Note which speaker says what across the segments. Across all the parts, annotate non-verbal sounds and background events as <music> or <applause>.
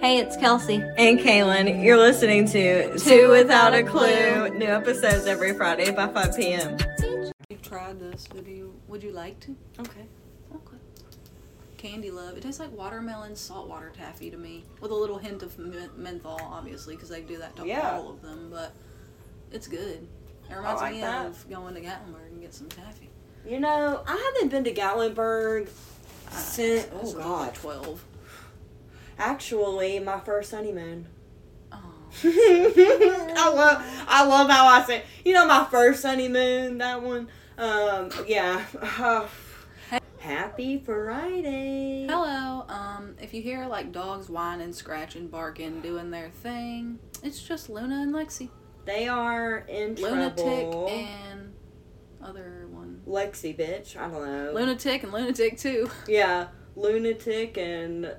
Speaker 1: Hey, it's Kelsey.
Speaker 2: And Kaylin, you're listening to Two Without a Clue. New episodes every Friday by 5 p.m.
Speaker 3: You've tried this. Would you Would you like to?
Speaker 2: Okay.
Speaker 3: Okay. Candy Love. It tastes like watermelon saltwater taffy to me, with a little hint of men- menthol, obviously, because they do that to
Speaker 2: Yeah.
Speaker 3: all of them. But it's good. It reminds
Speaker 2: like
Speaker 3: me
Speaker 2: that.
Speaker 3: of going to Gatlinburg and get some taffy.
Speaker 2: You know, I haven't been to Gatlinburg
Speaker 3: I-
Speaker 2: since,
Speaker 3: I
Speaker 2: oh
Speaker 3: was
Speaker 2: God,
Speaker 3: like twelve.
Speaker 2: actually my first honeymoon. <laughs>
Speaker 3: Oh,
Speaker 2: I love I love how I say you know my first honeymoon that one um yeah <sighs> happy Friday
Speaker 3: Hello. Um, if you hear like dogs whining, scratching, barking, doing their thing, it's just Luna and Lexi.
Speaker 2: they are in
Speaker 3: Lunatic
Speaker 2: trouble
Speaker 3: and other one.
Speaker 2: Lexi bitch I don't know
Speaker 3: Lunatic and lunatic too.
Speaker 2: yeah lunatic and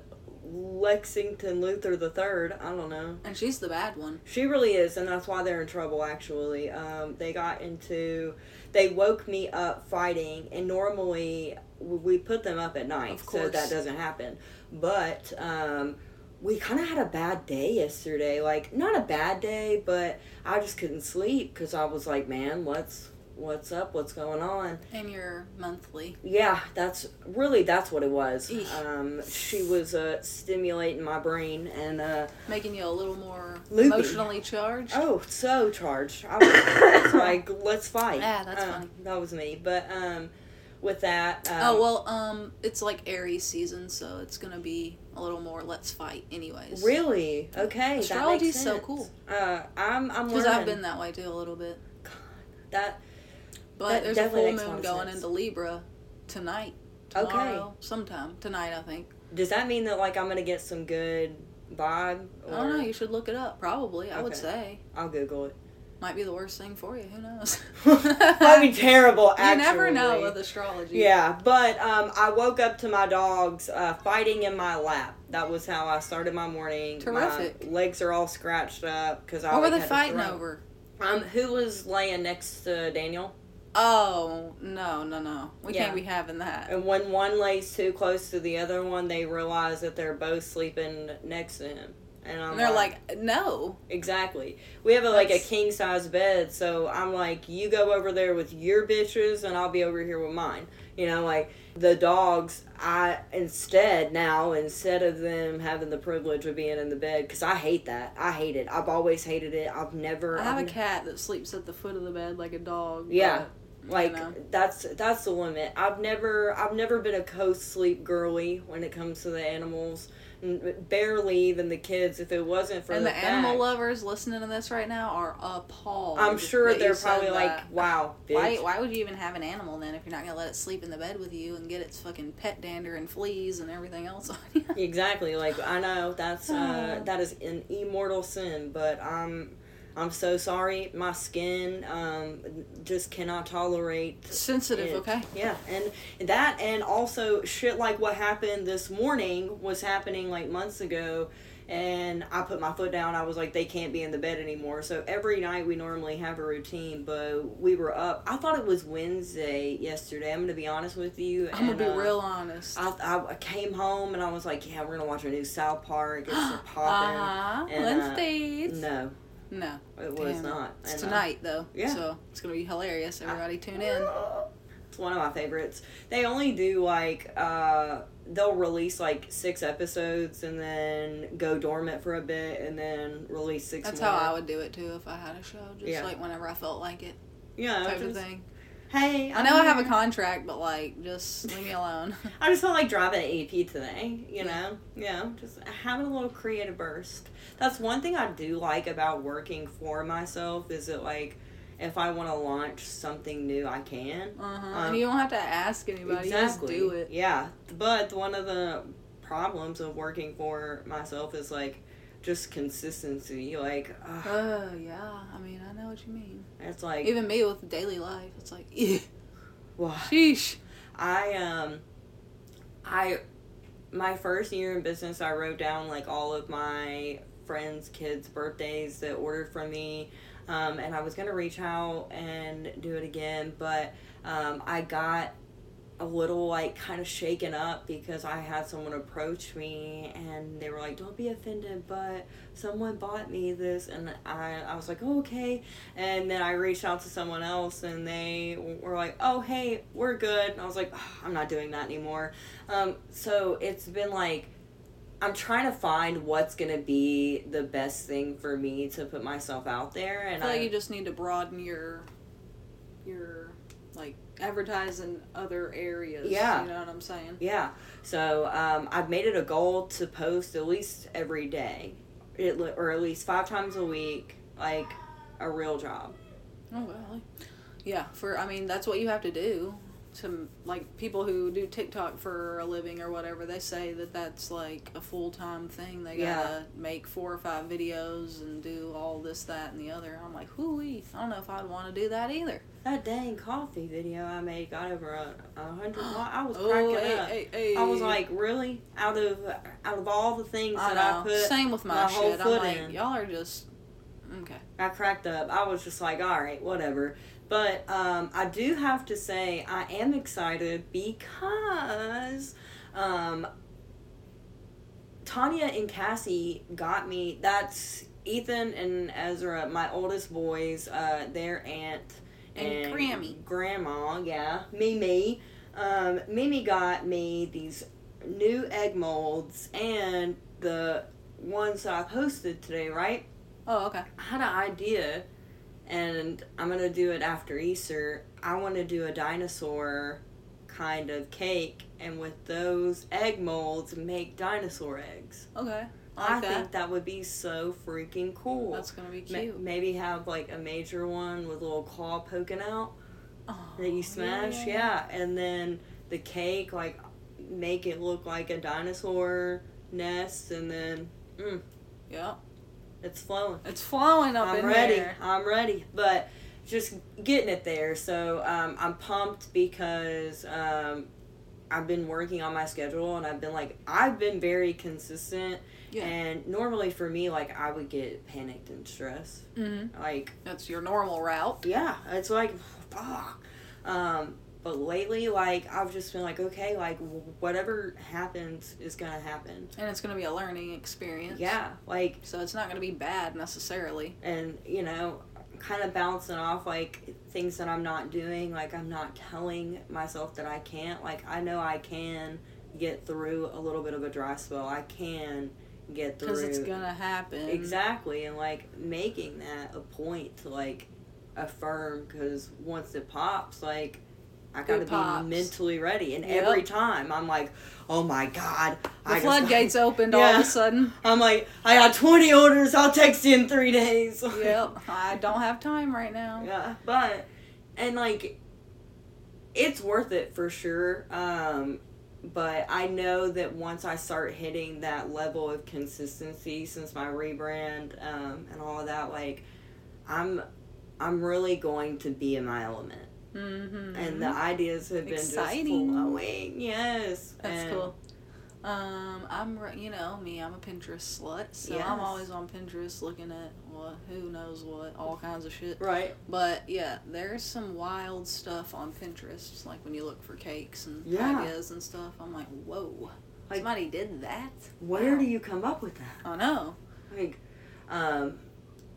Speaker 2: Lexington Luther the third I don't know
Speaker 3: And she's the bad one.
Speaker 2: She really is, and that's why they're in trouble. Actually, um, they got into, they woke me up fighting, and normally w- we put them up at night,
Speaker 3: Of
Speaker 2: so
Speaker 3: course.
Speaker 2: that doesn't happen. But um, we kind of had a bad day yesterday. Like not a bad day, but I just couldn't sleep because I was like, man, what's what's up? What's going on?
Speaker 3: And your monthly.
Speaker 2: Yeah, that's really that's what it was.
Speaker 3: Eesh.
Speaker 2: Um, she was uh, stimulating my brain and. Uh,
Speaker 3: making you a little more
Speaker 2: Loopy.
Speaker 3: emotionally charged.
Speaker 2: Oh, so charged. I was <coughs> like, let's fight.
Speaker 3: Yeah, that's
Speaker 2: Uh,
Speaker 3: funny.
Speaker 2: That was me. But um, with that. Um,
Speaker 3: Oh well, um, it's like Aries season, so it's gonna be a little more let's fight, anyways.
Speaker 2: Really? Okay. that
Speaker 3: Astrology's
Speaker 2: makes
Speaker 3: so
Speaker 2: sense.
Speaker 3: cool.
Speaker 2: Uh, I'm I'm
Speaker 3: Because
Speaker 2: learning
Speaker 3: I've been that way too a little bit.
Speaker 2: that.
Speaker 3: But
Speaker 2: That
Speaker 3: there's a
Speaker 2: definitely
Speaker 3: full
Speaker 2: makes a lot
Speaker 3: moon
Speaker 2: of
Speaker 3: going
Speaker 2: sense.
Speaker 3: into Libra tonight.
Speaker 2: Okay.
Speaker 3: Tomorrow, sometime tonight, I think.
Speaker 2: Does that mean that like I'm gonna get some good vibe? Or
Speaker 3: I don't know. You should look it up. Probably, I would
Speaker 2: Okay.
Speaker 3: say.
Speaker 2: I'll Google
Speaker 3: <laughs>
Speaker 2: it.
Speaker 3: Might be the worst thing for you.
Speaker 2: <laughs>
Speaker 3: Who knows?
Speaker 2: That'd be terrible.
Speaker 3: <laughs> you
Speaker 2: Actually.
Speaker 3: never know with astrology.
Speaker 2: Yeah, but um, I woke up to my dogs uh, fighting in my lap. That was how I started my morning.
Speaker 3: Terrific.
Speaker 2: My legs are all scratched up because I.
Speaker 3: What were
Speaker 2: like,
Speaker 3: they
Speaker 2: had to
Speaker 3: fighting
Speaker 2: throw-
Speaker 3: over?
Speaker 2: Um, who was laying next to Daniel?
Speaker 3: Oh no, no, no. We
Speaker 2: Yeah.
Speaker 3: can't be having that.
Speaker 2: And when one lays too close to the other one, they realize that they're both sleeping next to him. And I'm
Speaker 3: And they're like, no.
Speaker 2: exactly. We have a, like a
Speaker 3: That's-
Speaker 2: king size bed, so I'm like, you go over there with your bitches, and I'll be over here with mine. You know, like the dogs. I instead now instead of them having the privilege of being in the bed, because I hate that. I hate it. I've always hated it. I've never.
Speaker 3: I have
Speaker 2: I've
Speaker 3: a
Speaker 2: ne-
Speaker 3: cat that sleeps at the foot of the bed like a dog.
Speaker 2: Yeah.
Speaker 3: but,
Speaker 2: like
Speaker 3: you know.
Speaker 2: that's that's the limit i've never i've never been a co-sleep girly when it comes to the animals N- barely even the kids if it wasn't for
Speaker 3: and
Speaker 2: the,
Speaker 3: the animal
Speaker 2: fact-
Speaker 3: lovers listening to this right now are appalled.
Speaker 2: i'm sure
Speaker 3: that you
Speaker 2: they're
Speaker 3: said
Speaker 2: probably
Speaker 3: that.
Speaker 2: like wow bitch.
Speaker 3: Why, why would you even have an animal then if you're not gonna let it sleep in the bed with you and get its fucking pet dander and fleas and everything else on you?
Speaker 2: exactly like i know that's
Speaker 3: <sighs>
Speaker 2: uh that is an immortal sin but i'm i'm so sorry my skin um just cannot tolerate
Speaker 3: <laughs> Sensitive,
Speaker 2: it.
Speaker 3: okay.
Speaker 2: Yeah, and that and also shit like what happened this morning was happening like months ago and I put my foot down. I was like they can't be in the bed anymore. So every night we normally have a routine, but we were up. I thought it was Wednesday yesterday. I'm going to be honest with you.
Speaker 3: I'm gonna
Speaker 2: and,
Speaker 3: be
Speaker 2: uh,
Speaker 3: real honest.
Speaker 2: I, I came home and I was like, yeah, we're going to watch a new South Park. It's
Speaker 3: <gasps>
Speaker 2: a popping.
Speaker 3: Uh huh.
Speaker 2: and, uh,
Speaker 3: Wednesdays.
Speaker 2: No,
Speaker 3: no,
Speaker 2: it was
Speaker 3: Damn.
Speaker 2: not.
Speaker 3: it's
Speaker 2: And, uh,
Speaker 3: tonight though.
Speaker 2: yeah.
Speaker 3: So it's gonna be hilarious. Everybody tune in.
Speaker 2: <gasps> It's one of my favorites. They only do like uh they'll release like six episodes and then go dormant for a bit and then release six
Speaker 3: That's
Speaker 2: more.
Speaker 3: how I would do it too if I had a show. Just
Speaker 2: Yeah.
Speaker 3: like whenever I felt like it,
Speaker 2: Yeah.
Speaker 3: type of
Speaker 2: just,
Speaker 3: thing.
Speaker 2: Hey,
Speaker 3: I
Speaker 2: I'm
Speaker 3: know I have a
Speaker 2: here.
Speaker 3: contract, but like, just leave me alone. <laughs>
Speaker 2: I just felt like driving an EP today, you know? Yeah, just having a little creative burst. That's one thing I do like about working for myself is that, like, if I want to launch something new, I can.
Speaker 3: Uh-huh.
Speaker 2: Um,
Speaker 3: and you don't have to ask anybody.
Speaker 2: exactly.
Speaker 3: You just do it.
Speaker 2: Yeah, but one of the problems of working for myself is like just consistency. Like ugh,
Speaker 3: Oh yeah. I mean, I know what you mean.
Speaker 2: it's like
Speaker 3: Even me with daily life, it's like, <laughs> "Ew,
Speaker 2: well,
Speaker 3: sheesh.
Speaker 2: I um I my first year in business, I wrote down like all of my friends' kids' birthdays that ordered from me. Um, and I was gonna reach out and do it again, but um, I got a little like kind of shaken up because I had someone approach me and they were like, "Don't be offended, but someone bought me this," and I I was like, oh, "Okay," and then I reached out to someone else and they were like, "Oh hey, we're good," and I was like, "Ugh, "I'm not doing that anymore." Um, so it's been like. I'm trying to find what's gonna be the best thing for me to put myself out there,
Speaker 3: I
Speaker 2: and
Speaker 3: feel
Speaker 2: I,
Speaker 3: like you just need to broaden your your like advertise in other areas.
Speaker 2: Yeah.
Speaker 3: You know what I'm saying?
Speaker 2: Yeah. So um, I've made it a goal to post at least every day, it, li- or at least five times a week, like a real job.
Speaker 3: Oh well. Yeah, for I mean that's what you have to do. To like people who do TikTok for a living or whatever, they say that that's like a full time thing. They gotta
Speaker 2: Yeah.
Speaker 3: make four or five videos and do all this, that, and the other. I'm like, hooey, I don't know if I'd want to do that either.
Speaker 2: That dang coffee video I made got over a, a
Speaker 3: <gasps>
Speaker 2: hundred. wa- I was cracking
Speaker 3: Oh, hey,
Speaker 2: up.
Speaker 3: hey, hey.
Speaker 2: I was like, really? Out of out of all the things
Speaker 3: I
Speaker 2: that I,
Speaker 3: know.
Speaker 2: put,
Speaker 3: Same with my,
Speaker 2: my whole
Speaker 3: shit. I'm
Speaker 2: foot
Speaker 3: like,
Speaker 2: in.
Speaker 3: y'all are just okay.
Speaker 2: I cracked up. I was just like, all right, whatever. But um, I do have to say, I am excited because um, Tanya and Cassie got me. That's Ethan and Ezra, my oldest boys, uh, their aunt
Speaker 3: And Grammy.
Speaker 2: Grandma, yeah. Mimi. Um, Mimi got me these new egg molds and the ones that I posted today, right?
Speaker 3: Oh, okay.
Speaker 2: I had an idea, and I'm gonna do it after Easter. I want to do a dinosaur kind of cake, and with those egg molds, make dinosaur eggs.
Speaker 3: Okay. I like
Speaker 2: I
Speaker 3: that.
Speaker 2: think that would be so freaking cool.
Speaker 3: That's gonna be
Speaker 2: Ma-
Speaker 3: cute.
Speaker 2: maybe have like a major one with a little claw poking out
Speaker 3: Oh,
Speaker 2: that you
Speaker 3: yeah,
Speaker 2: smash, yeah, and then the cake like make it look like a dinosaur nest, and then mm,
Speaker 3: Yeah.
Speaker 2: it's flowing.
Speaker 3: It's flowing up
Speaker 2: I'm
Speaker 3: in
Speaker 2: ready.
Speaker 3: there.
Speaker 2: I'm ready. But just getting it there. So um, I'm pumped because um, I've been working on my schedule and I've been like, I've been very consistent.
Speaker 3: Yeah.
Speaker 2: And normally for me, like, I would get panicked and stressed.
Speaker 3: Mm-hmm.
Speaker 2: Like,
Speaker 3: That's your normal route.
Speaker 2: yeah, it's like, fuck. Um, but lately, like, I've just been like, okay, like, wh- whatever happens is going to happen.
Speaker 3: And it's going to be a learning experience.
Speaker 2: Yeah. Like,
Speaker 3: So it's not going to be bad necessarily.
Speaker 2: and you know kind of bouncing off like things that i'm not doing like i'm not telling myself that i can't like i know i can get through a little bit of a dry spell i can get through
Speaker 3: Because it's going to happen.
Speaker 2: exactly and like making that a point to like affirm because once it pops like I gotta
Speaker 3: pops.
Speaker 2: be mentally ready, and
Speaker 3: Yep.
Speaker 2: every time I'm like, "Oh my god!"
Speaker 3: The
Speaker 2: I just-
Speaker 3: floodgates opened all of
Speaker 2: Yeah.
Speaker 3: a sudden.
Speaker 2: <laughs> I'm like, "I got 20 orders. I'll text you in three days." <laughs>
Speaker 3: yep. I don't have time right now.
Speaker 2: Yeah, but and like it's worth it for sure. Um but I know that once I start hitting that level of consistency since my rebrand um and all of that like I'm I'm really going to be in my element.
Speaker 3: Mm-hmm.
Speaker 2: And uh, the ideas have been
Speaker 3: Exciting.
Speaker 2: just flowing. Yes.
Speaker 3: That's
Speaker 2: and
Speaker 3: cool. Um, I'm, re- you know, me, I'm a Pinterest slut. So
Speaker 2: Yes.
Speaker 3: I'm always on Pinterest looking at what, who knows what, all kinds of shit.
Speaker 2: Right.
Speaker 3: But yeah, there's some wild stuff on Pinterest, like when you look for cakes and
Speaker 2: Yeah.
Speaker 3: ideas and stuff. I'm like, whoa,
Speaker 2: Like-
Speaker 3: somebody did that.
Speaker 2: Where
Speaker 3: Wow.
Speaker 2: do you come up with that?
Speaker 3: I know.
Speaker 2: Like, um,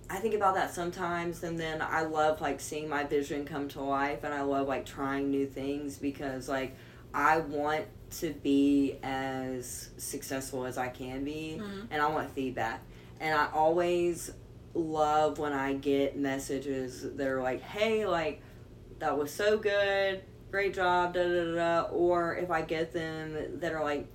Speaker 2: I think about that sometimes, and then I love like seeing my vision come to life, and I love like trying new things because like I want to be as successful as I can be,
Speaker 3: Mhm.
Speaker 2: and I want feedback, and I always love when I get messages that are like, "Hey, like that was so good." Great job, da da da. da," Or if I get them that are like,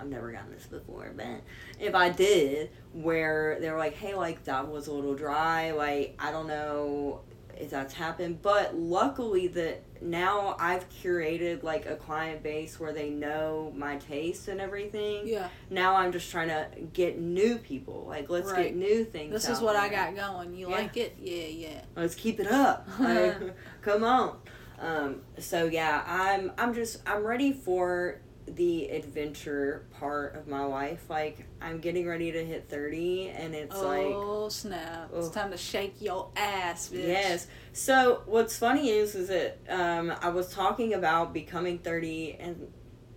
Speaker 2: I've never gotten this before, but if I did, where they were like, hey, like that was a little dry, like I don't know if that's happened, but luckily that now I've curated like a client base where they know my taste and everything.
Speaker 3: Yeah,
Speaker 2: Now I'm just trying to get new people. Like let's
Speaker 3: Right.
Speaker 2: get new things.
Speaker 3: this is
Speaker 2: out
Speaker 3: what I
Speaker 2: there.
Speaker 3: got going. You
Speaker 2: Yeah.
Speaker 3: like it? Yeah, yeah.
Speaker 2: Let's keep it up.
Speaker 3: <laughs>
Speaker 2: Like, come on. Um, so yeah, I'm I'm just I'm ready for the adventure part of my life. Like I'm getting ready to hit 30 and it's like
Speaker 3: oh snap! It's
Speaker 2: Ugh.
Speaker 3: time to shake your ass, bitch.
Speaker 2: yes. So what's funny is is that um I was talking about becoming 30 and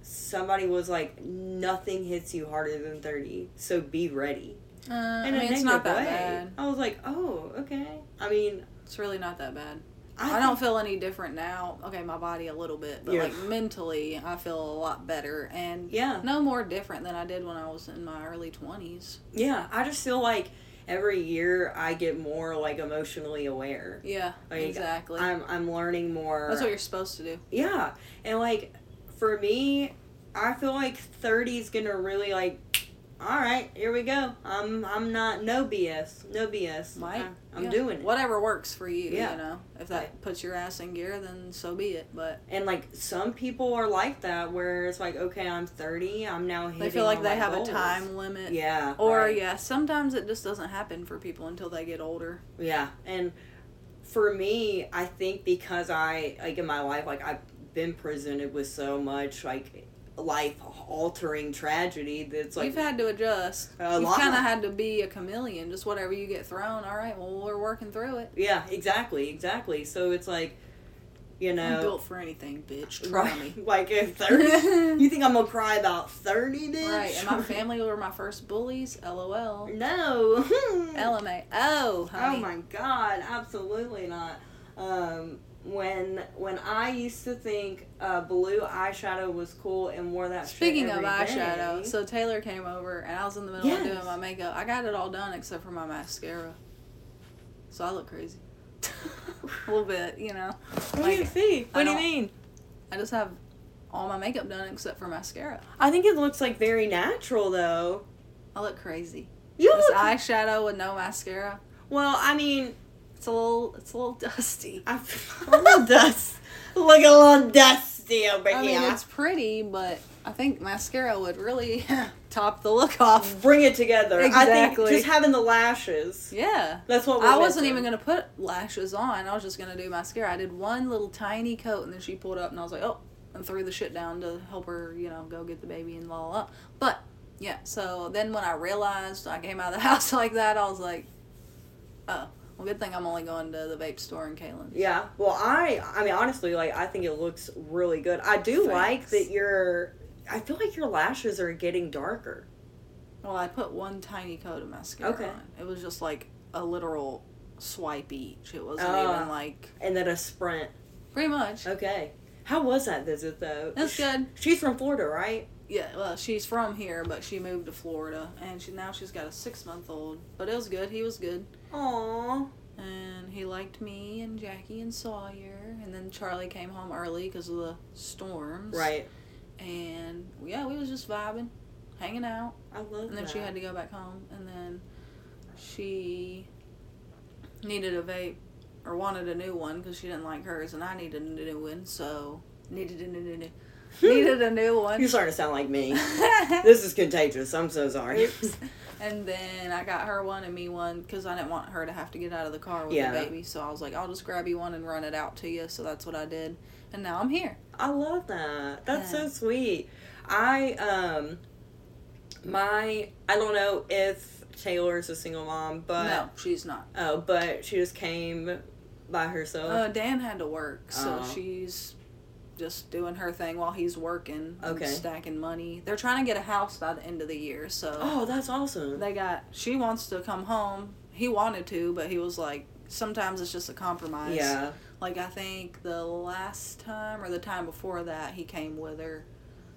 Speaker 2: somebody was like nothing hits you harder than 30. So be ready.
Speaker 3: Uh,
Speaker 2: In
Speaker 3: I
Speaker 2: a
Speaker 3: mean, it's not
Speaker 2: negative way.
Speaker 3: that bad.
Speaker 2: I was like, "Oh, okay." I mean,
Speaker 3: It's really not that bad.
Speaker 2: I,
Speaker 3: I, don't
Speaker 2: think-
Speaker 3: feel any different now. Okay, my body a little bit, but
Speaker 2: Yeah.
Speaker 3: like mentally, I feel a lot better and
Speaker 2: Yeah.
Speaker 3: no more different than I did when I was in my early twenties.
Speaker 2: Yeah, I just feel like every year I get more like emotionally aware.
Speaker 3: Yeah,
Speaker 2: Like,
Speaker 3: exactly.
Speaker 2: I'm I'm learning more.
Speaker 3: That's what you're supposed to do.
Speaker 2: Yeah, and like for me, I feel like thirty is gonna really like. All right, here we go. I'm I'm not no BS, no BS.
Speaker 3: Right?
Speaker 2: I, am
Speaker 3: Yeah.
Speaker 2: doing it.
Speaker 3: Whatever works for you.
Speaker 2: Yeah.
Speaker 3: You know, if that
Speaker 2: Right.
Speaker 3: puts your ass in gear, then so be it. But
Speaker 2: And like some people are like that, where it's like, okay, I'm thirty, I'm now hitting.
Speaker 3: they feel like
Speaker 2: all
Speaker 3: they
Speaker 2: my
Speaker 3: have
Speaker 2: goals.
Speaker 3: a time limit.
Speaker 2: Yeah.
Speaker 3: Or
Speaker 2: right.
Speaker 3: yeah, sometimes it just doesn't happen for people until they get older.
Speaker 2: Yeah, and for me, I think because I like in my life, like I've been presented with so much like life altering tragedy that's like
Speaker 3: You've had to adjust.
Speaker 2: A
Speaker 3: You've
Speaker 2: lot.
Speaker 3: kind of had to be a chameleon. Just whatever you get thrown. All right, well we're working through it.
Speaker 2: yeah, exactly, exactly. So it's like, you
Speaker 3: I'm
Speaker 2: know,
Speaker 3: built for anything, bitch. Try me.
Speaker 2: right, <laughs> like if thirty, you think I'm gonna cry about thirty? Bitch?
Speaker 3: <laughs> Right, and my family were my first bullies. LOL.
Speaker 2: <laughs> No.
Speaker 3: LMAO. Oh,
Speaker 2: Mm. Oh my god, absolutely not. Um, when when I used to think uh, blue eyeshadow was cool and wore that. shit
Speaker 3: Speaking of
Speaker 2: every day. <laughs>
Speaker 3: eyeshadow, so Taylor came over and I was in the middle of doing
Speaker 2: Yes.
Speaker 3: my makeup. I got it all done except for my mascara. So I look crazy. a little bit, you know.
Speaker 2: what do you
Speaker 3: like,
Speaker 2: see?
Speaker 3: I
Speaker 2: What do you
Speaker 3: don't-
Speaker 2: mean?
Speaker 3: I just have all my makeup done except for mascara.
Speaker 2: I think it looks like very natural though.
Speaker 3: I look crazy.
Speaker 2: You
Speaker 3: This
Speaker 2: look
Speaker 3: eyeshadow with no mascara.
Speaker 2: well. I mean,
Speaker 3: It's a little it's a little dusty.
Speaker 2: I, <laughs> a little dust. Look a little dusty over
Speaker 3: I mean,
Speaker 2: here.
Speaker 3: it's pretty, but I think mascara would really <laughs> top the look off.
Speaker 2: Bring it together. I think
Speaker 3: Exactly.
Speaker 2: just having the lashes.
Speaker 3: Yeah.
Speaker 2: That's what we're
Speaker 3: I wasn't
Speaker 2: missing.
Speaker 3: even gonna put lashes on. I was just gonna do mascara. I did one little tiny coat, and then she pulled up, and I was like, oh, and threw the shit down to help her, you know, go get the baby and la la. la. But yeah, so then when I realized I came out of the <laughs> house like that, I was like, oh, well, good thing I'm only going to the vape store in Kalen.
Speaker 2: Yeah. Well, I I mean honestly, like I think it looks really good. I do like
Speaker 3: Thanks.
Speaker 2: that your I feel like your lashes are getting darker.
Speaker 3: Well, I put one tiny coat of mascara
Speaker 2: Okay.
Speaker 3: on. It was just like a literal swipe each. It wasn't
Speaker 2: Oh.
Speaker 3: even like
Speaker 2: And then a sprint.
Speaker 3: pretty much.
Speaker 2: Okay. How was that visit though?
Speaker 3: That's
Speaker 2: Sh-
Speaker 3: good.
Speaker 2: She's from Florida, right?
Speaker 3: Yeah, well, she's from here, but she moved to Florida, and she now she's got a six month old. But it was good. He was good,
Speaker 2: Aw.
Speaker 3: and he liked me and Jackie and Sawyer. And then Charlie came home early because of the storms.
Speaker 2: Right.
Speaker 3: And yeah, we was just vibing, hanging out.
Speaker 2: I love
Speaker 3: And then she had to go back home, and then she needed a vape or wanted a new one because she didn't like hers, and I needed a new one, so needed a
Speaker 2: <laughs>
Speaker 3: new, new, new needed a new
Speaker 2: You're
Speaker 3: one.
Speaker 2: starting to sound like me. this is contagious. I'm so sorry.
Speaker 3: Oops. <laughs> and then I got her one and me one because I didn't want her to have to get out of the car with
Speaker 2: Yeah.
Speaker 3: the baby. So I was like, I'll just grab you one and run it out to you. So that's what I did. And now I'm here.
Speaker 2: <laughs> I love that. That's so
Speaker 3: Yeah.
Speaker 2: sweet. I um my I don't know if Taylor's a single mom, but
Speaker 3: no, she's not.
Speaker 2: Oh, but she just came by herself.
Speaker 3: Uh, Dan had to work, so
Speaker 2: Oh.
Speaker 3: she's just doing her thing while he's working. and
Speaker 2: Okay.
Speaker 3: Stacking money. They're trying to get a house by the end of the year. So
Speaker 2: <gasps> oh, that's awesome.
Speaker 3: they got, she wants to come home. He wanted to, but he was like, sometimes it's just a compromise.
Speaker 2: yeah.
Speaker 3: Like I think the last time or the time before that he came with her.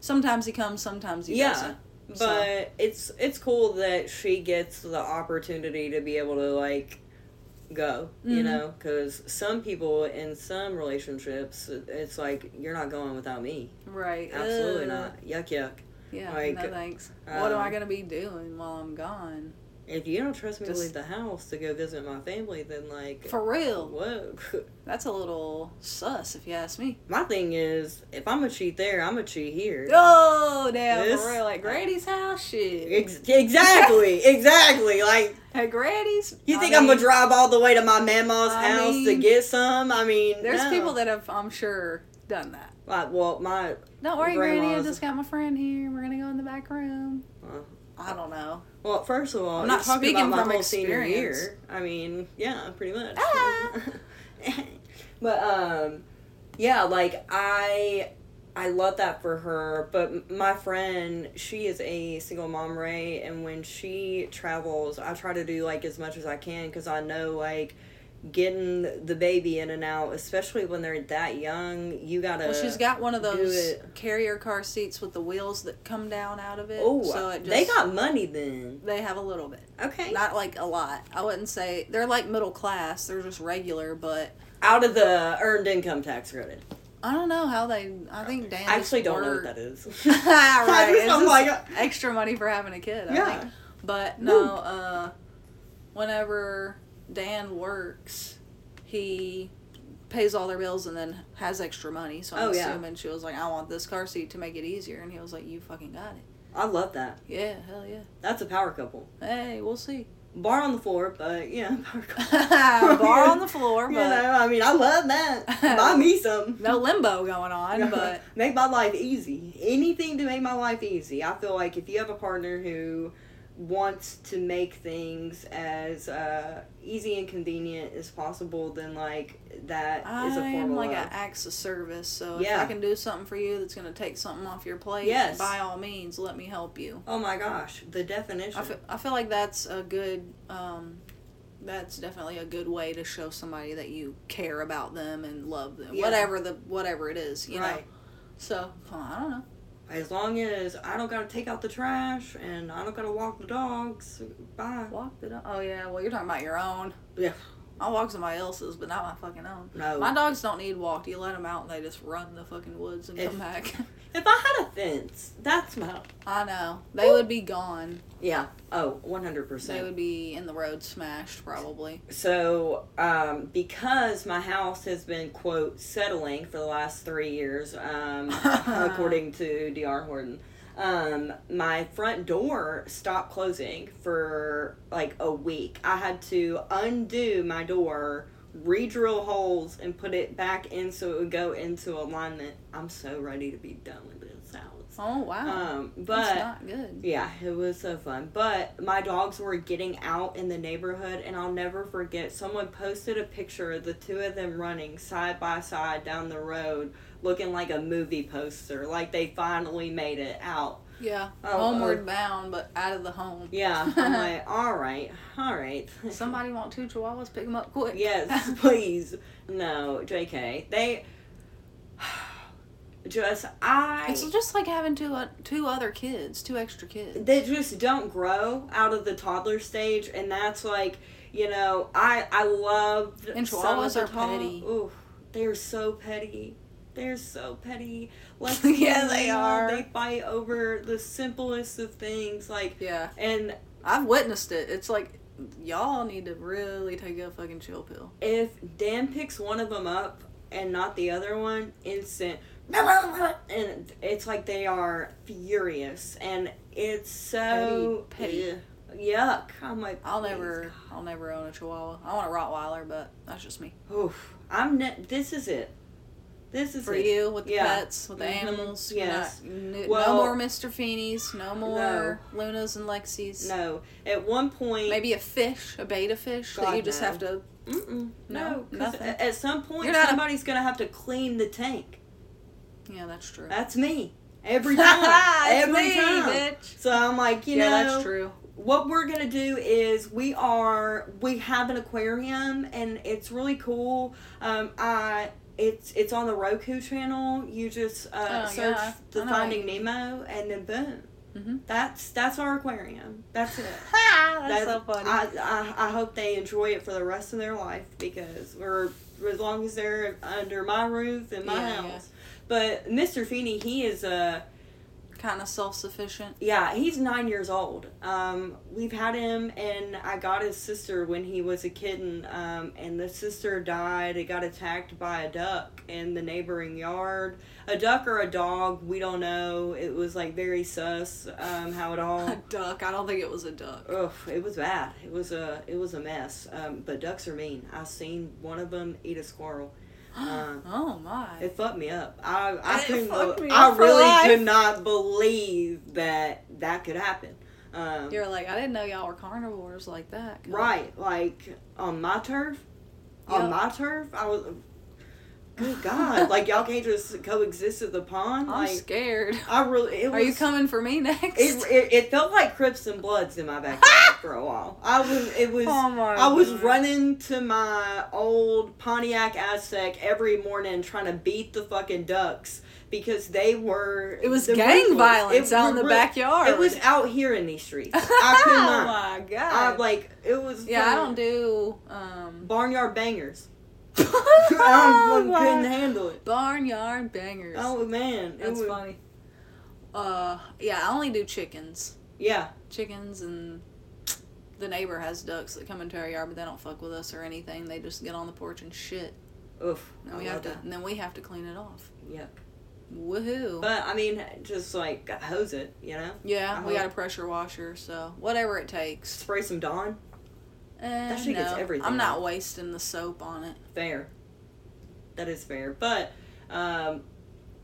Speaker 3: Sometimes he comes, sometimes he
Speaker 2: Yeah,
Speaker 3: doesn't.
Speaker 2: But
Speaker 3: So-
Speaker 2: it's it's cool that she gets the opportunity to be able to like go, you
Speaker 3: Mhm.
Speaker 2: know, cuz some people in some relationships it's like you're not going without me.
Speaker 3: Right.
Speaker 2: Absolutely
Speaker 3: Ugh.
Speaker 2: not. Yuck yuck.
Speaker 3: Yeah.
Speaker 2: Like,
Speaker 3: no thanks. what am
Speaker 2: um,
Speaker 3: I gonna be doing while I'm gone?
Speaker 2: If you don't trust me to
Speaker 3: Just-
Speaker 2: leave the house to go visit my family, then like
Speaker 3: For real.
Speaker 2: whoa. <laughs>
Speaker 3: That's a little sus if you ask me.
Speaker 2: my thing is if I'm a cheat there, I'm a cheat here.
Speaker 3: Oh damn,
Speaker 2: This-
Speaker 3: for real. At Grady's house shit.
Speaker 2: Ex- exactly. exactly. Like
Speaker 3: At Grady's
Speaker 2: You
Speaker 3: I
Speaker 2: think I am gonna
Speaker 3: mean,
Speaker 2: drive all the way to my mama's
Speaker 3: I
Speaker 2: house to
Speaker 3: mean,
Speaker 2: get some? I mean,
Speaker 3: There's
Speaker 2: no.
Speaker 3: people that have I'm sure done that.
Speaker 2: Like, well, my
Speaker 3: Don't worry,
Speaker 2: Grandma's-
Speaker 3: Granny. I just got my friend here. We're gonna go in the back room.
Speaker 2: uh,
Speaker 3: I don't know.
Speaker 2: well, first of all,
Speaker 3: I'm
Speaker 2: you're
Speaker 3: not
Speaker 2: talking
Speaker 3: speaking
Speaker 2: about my
Speaker 3: from
Speaker 2: whole senior
Speaker 3: experience.
Speaker 2: year. I mean, yeah, pretty much.
Speaker 3: Ah.
Speaker 2: <laughs> but um, yeah, like I, I love that for her. But m- my friend, she is a single mom, Ray, and when she travels, I try to do like as much as I can because I know like getting the baby in and out, especially when they're that young, you gotta.
Speaker 3: Well, she's got one of
Speaker 2: do
Speaker 3: those
Speaker 2: it.
Speaker 3: carrier car seats with the wheels that come down out of it.
Speaker 2: Oh,
Speaker 3: so it just,
Speaker 2: they got money then.
Speaker 3: they have a little bit,
Speaker 2: Okay.
Speaker 3: not like a lot. I wouldn't say they're like middle class. They're just regular, but
Speaker 2: out of the earned income tax credit.
Speaker 3: I don't know how they. I think Dan.
Speaker 2: I actually don't know what that is. <laughs> I
Speaker 3: <laughs> right,
Speaker 2: just-
Speaker 3: it's
Speaker 2: I'm
Speaker 3: just
Speaker 2: like,
Speaker 3: extra money for having a kid. I
Speaker 2: Yeah.
Speaker 3: think. But no, uh, whenever Dan works, he pays all their bills and then has extra money. So I'm
Speaker 2: Oh, yeah.
Speaker 3: assuming she was like, "I want this car seat to make it easier," and he was like, "You fucking got it."
Speaker 2: I love that.
Speaker 3: Yeah, hell yeah.
Speaker 2: That's a power couple.
Speaker 3: Hey, we'll see. <laughs>
Speaker 2: Bar on the floor, but yeah, <laughs> power couple.
Speaker 3: Bar on the
Speaker 2: <laughs>
Speaker 3: floor,
Speaker 2: You
Speaker 3: but
Speaker 2: know, I mean, I love that.
Speaker 3: <laughs>
Speaker 2: Buy me some.
Speaker 3: no limbo
Speaker 2: <laughs>
Speaker 3: going on. But
Speaker 2: make my life easy. Anything to make my life easy. I feel like if you have a partner who wants to make things as uh, easy and convenient as possible, then like that is a form
Speaker 3: I'm
Speaker 2: of
Speaker 3: like
Speaker 2: love.
Speaker 3: an acts of service, so if I
Speaker 2: Yeah.
Speaker 3: can do something for you that's gonna take something off your plate,
Speaker 2: Yes.
Speaker 3: by all means, let me help you.
Speaker 2: Oh my gosh, the definition.
Speaker 3: I feel, I feel like that's a good um that's definitely a good way to show somebody that you care about them and love them
Speaker 2: Yeah.
Speaker 3: whatever the whatever it is you know
Speaker 2: right.
Speaker 3: so well, i don't know
Speaker 2: As long as I don't gotta take out the trash and I don't gotta walk the dogs, bye.
Speaker 3: walked it oh yeah well you're talking about your own
Speaker 2: Yeah.
Speaker 3: i walk somebody else's but not my fucking own
Speaker 2: No.
Speaker 3: my dogs don't need walked you let them out and they just run the fucking woods and
Speaker 2: If-
Speaker 3: come back <laughs>
Speaker 2: if I had a fence, that's my.
Speaker 3: i know they would be gone
Speaker 2: Yeah. Oh, 100%.
Speaker 3: they would be in the road
Speaker 2: <laughs>
Speaker 3: smashed probably
Speaker 2: So, um, because my house has been, quote, settling for the last three years, um, according to D.R. Horton, um, my front door stopped closing for like a week. I had to undo my door, re-drill holes, and put it back in so it would go into alignment. I'm so ready to be done with this house.
Speaker 3: oh wow
Speaker 2: Um,
Speaker 3: that's
Speaker 2: but
Speaker 3: not good
Speaker 2: yeah, it was so fun. But my dogs were getting out in the neighborhood, and I'll never forget. Someone posted a picture of the two of them running side by side down the road, looking like a movie poster, like they finally made it out.
Speaker 3: yeah
Speaker 2: Oh,
Speaker 3: homeward
Speaker 2: oh.
Speaker 3: bound but out of the home
Speaker 2: Yeah, I'm like, all right, all right. <laughs>
Speaker 3: Somebody want two chihuahuas? Pick them up quick.
Speaker 2: Yes, <laughs> please. No, J.K. They <sighs> just I.
Speaker 3: it's just like having two o- two other kids, two extra kids.
Speaker 2: they just don't grow out of the toddler stage and that's like you know i i loved
Speaker 3: And
Speaker 2: some
Speaker 3: chihuahuas
Speaker 2: of the
Speaker 3: are
Speaker 2: tod-
Speaker 3: petty.
Speaker 2: Ooh, they're so petty they're so petty
Speaker 3: <laughs>
Speaker 2: like
Speaker 3: Yeah, they are.
Speaker 2: they fight over the simplest of things like
Speaker 3: Yeah,
Speaker 2: and
Speaker 3: I've witnessed it. It's like y'all need to really take a fucking chill pill.
Speaker 2: if dan picks one of them up and not the other one instant <laughs> and it's like they are furious and it's so
Speaker 3: Petty,
Speaker 2: yuck i'm like
Speaker 3: I'll
Speaker 2: please,
Speaker 3: never, I'll never own a chihuahua. I want a Rottweiler, but that's just me.
Speaker 2: Oof. I'm ne- this is it. This is
Speaker 3: For
Speaker 2: it.
Speaker 3: you with the
Speaker 2: Yeah.
Speaker 3: pets, with the
Speaker 2: Mhm.
Speaker 3: animals, you're
Speaker 2: Yes.
Speaker 3: not- n-
Speaker 2: Well-
Speaker 3: no more Mr. Feeney's, no more Lunas and Lexis.
Speaker 2: No. At one point
Speaker 3: Maybe a fish, a beta fish that
Speaker 2: God,
Speaker 3: you just
Speaker 2: no.
Speaker 3: have to.
Speaker 2: mm-mm, no,
Speaker 3: No,
Speaker 2: 'cause
Speaker 3: nothing.
Speaker 2: a- at some point
Speaker 3: You're not a-
Speaker 2: somebody's going to have to clean the tank.
Speaker 3: Yeah, that's true.
Speaker 2: That's me.
Speaker 3: <laughs>
Speaker 2: Every time.
Speaker 3: It's
Speaker 2: Every
Speaker 3: me,
Speaker 2: time.
Speaker 3: bitch.
Speaker 2: So I'm like, you
Speaker 3: yeah,
Speaker 2: know,
Speaker 3: that's true.
Speaker 2: what we're gonna do is we are we have an aquarium and it's really cool um i it's it's on the roku channel you just uh
Speaker 3: Oh,
Speaker 2: search
Speaker 3: yeah.
Speaker 2: the
Speaker 3: I know
Speaker 2: finding nemo and then boom
Speaker 3: Mhm.
Speaker 2: that's that's our aquarium that's it
Speaker 3: <laughs> that's so
Speaker 2: That-
Speaker 3: funny.
Speaker 2: I, I, I hope they enjoy it for the rest of their life because we're as long as they're under my roof and my
Speaker 3: Yeah, yeah.
Speaker 2: house but mr feeney he is a
Speaker 3: kind of self-sufficient.
Speaker 2: Yeah, he's nine years old. Um, we've had him, and I got his sister when he was a kitten, um, and the sister died. It got attacked by a duck in the neighboring yard. A duck or a dog, we don't know. It was like very sus um, how it
Speaker 3: <laughs> A
Speaker 2: all.
Speaker 3: duck. I don't think it was a duck.
Speaker 2: Ugh, it was bad.
Speaker 3: <gasps>
Speaker 2: It was a it was a mess. Um, but ducks are mean. I seen one of them eat a squirrel. Uh,
Speaker 3: oh my.
Speaker 2: it fucked me up. I I
Speaker 3: It
Speaker 2: couldn't.
Speaker 3: fucked
Speaker 2: be-
Speaker 3: me
Speaker 2: I
Speaker 3: up for life.
Speaker 2: really could not believe that that could happen. Um,
Speaker 3: You're like, I didn't know y'all were carnivores like that.
Speaker 2: right, like on my turf,
Speaker 3: Yep.
Speaker 2: on my turf, I was. Good
Speaker 3: <laughs>
Speaker 2: God! like y'all can't just coexist at the pond.
Speaker 3: I'm
Speaker 2: like
Speaker 3: scared.
Speaker 2: I really. It
Speaker 3: <laughs> Are you
Speaker 2: was-
Speaker 3: coming for me <laughs> next?
Speaker 2: It, it, it felt like Crips and Bloods in my backyard for a while. I was it was
Speaker 3: Oh my
Speaker 2: I was
Speaker 3: God.
Speaker 2: running to my old Pontiac Aztec every morning trying to beat the fucking ducks because they were
Speaker 3: It was
Speaker 2: the
Speaker 3: gang
Speaker 2: ruthless.
Speaker 3: violence out in
Speaker 2: were
Speaker 3: the
Speaker 2: ru-
Speaker 3: backyard.
Speaker 2: It
Speaker 3: <laughs>
Speaker 2: was out here in these streets. I could not.
Speaker 3: oh my god.
Speaker 2: I like it was
Speaker 3: yeah, I don't
Speaker 2: fucking
Speaker 3: do
Speaker 2: <laughs>
Speaker 3: um <laughs>
Speaker 2: barnyard bangers. I
Speaker 3: oh
Speaker 2: don't-
Speaker 3: my-
Speaker 2: couldn't handle it.
Speaker 3: barnyard bangers.
Speaker 2: Oh man, it
Speaker 3: That's
Speaker 2: was-
Speaker 3: funny. Uh yeah, I only do chickens.
Speaker 2: Yeah,
Speaker 3: Chickens and the neighbor has ducks that come into our yard, but they don't fuck with us or anything. They just get on the porch and shit.
Speaker 2: oof.
Speaker 3: And
Speaker 2: I
Speaker 3: we have
Speaker 2: love
Speaker 3: to,
Speaker 2: that.
Speaker 3: and then we have to clean it off.
Speaker 2: Yuck.
Speaker 3: Woohoo!
Speaker 2: But I mean, just like hose it, you know.
Speaker 3: yeah, we
Speaker 2: Uh-huh.
Speaker 3: got a pressure washer, so whatever it takes.
Speaker 2: Spray some Dawn.
Speaker 3: That
Speaker 2: shit gets everything
Speaker 3: I'm not
Speaker 2: out.
Speaker 3: wasting the soap on it.
Speaker 2: Fair. That is fair. But um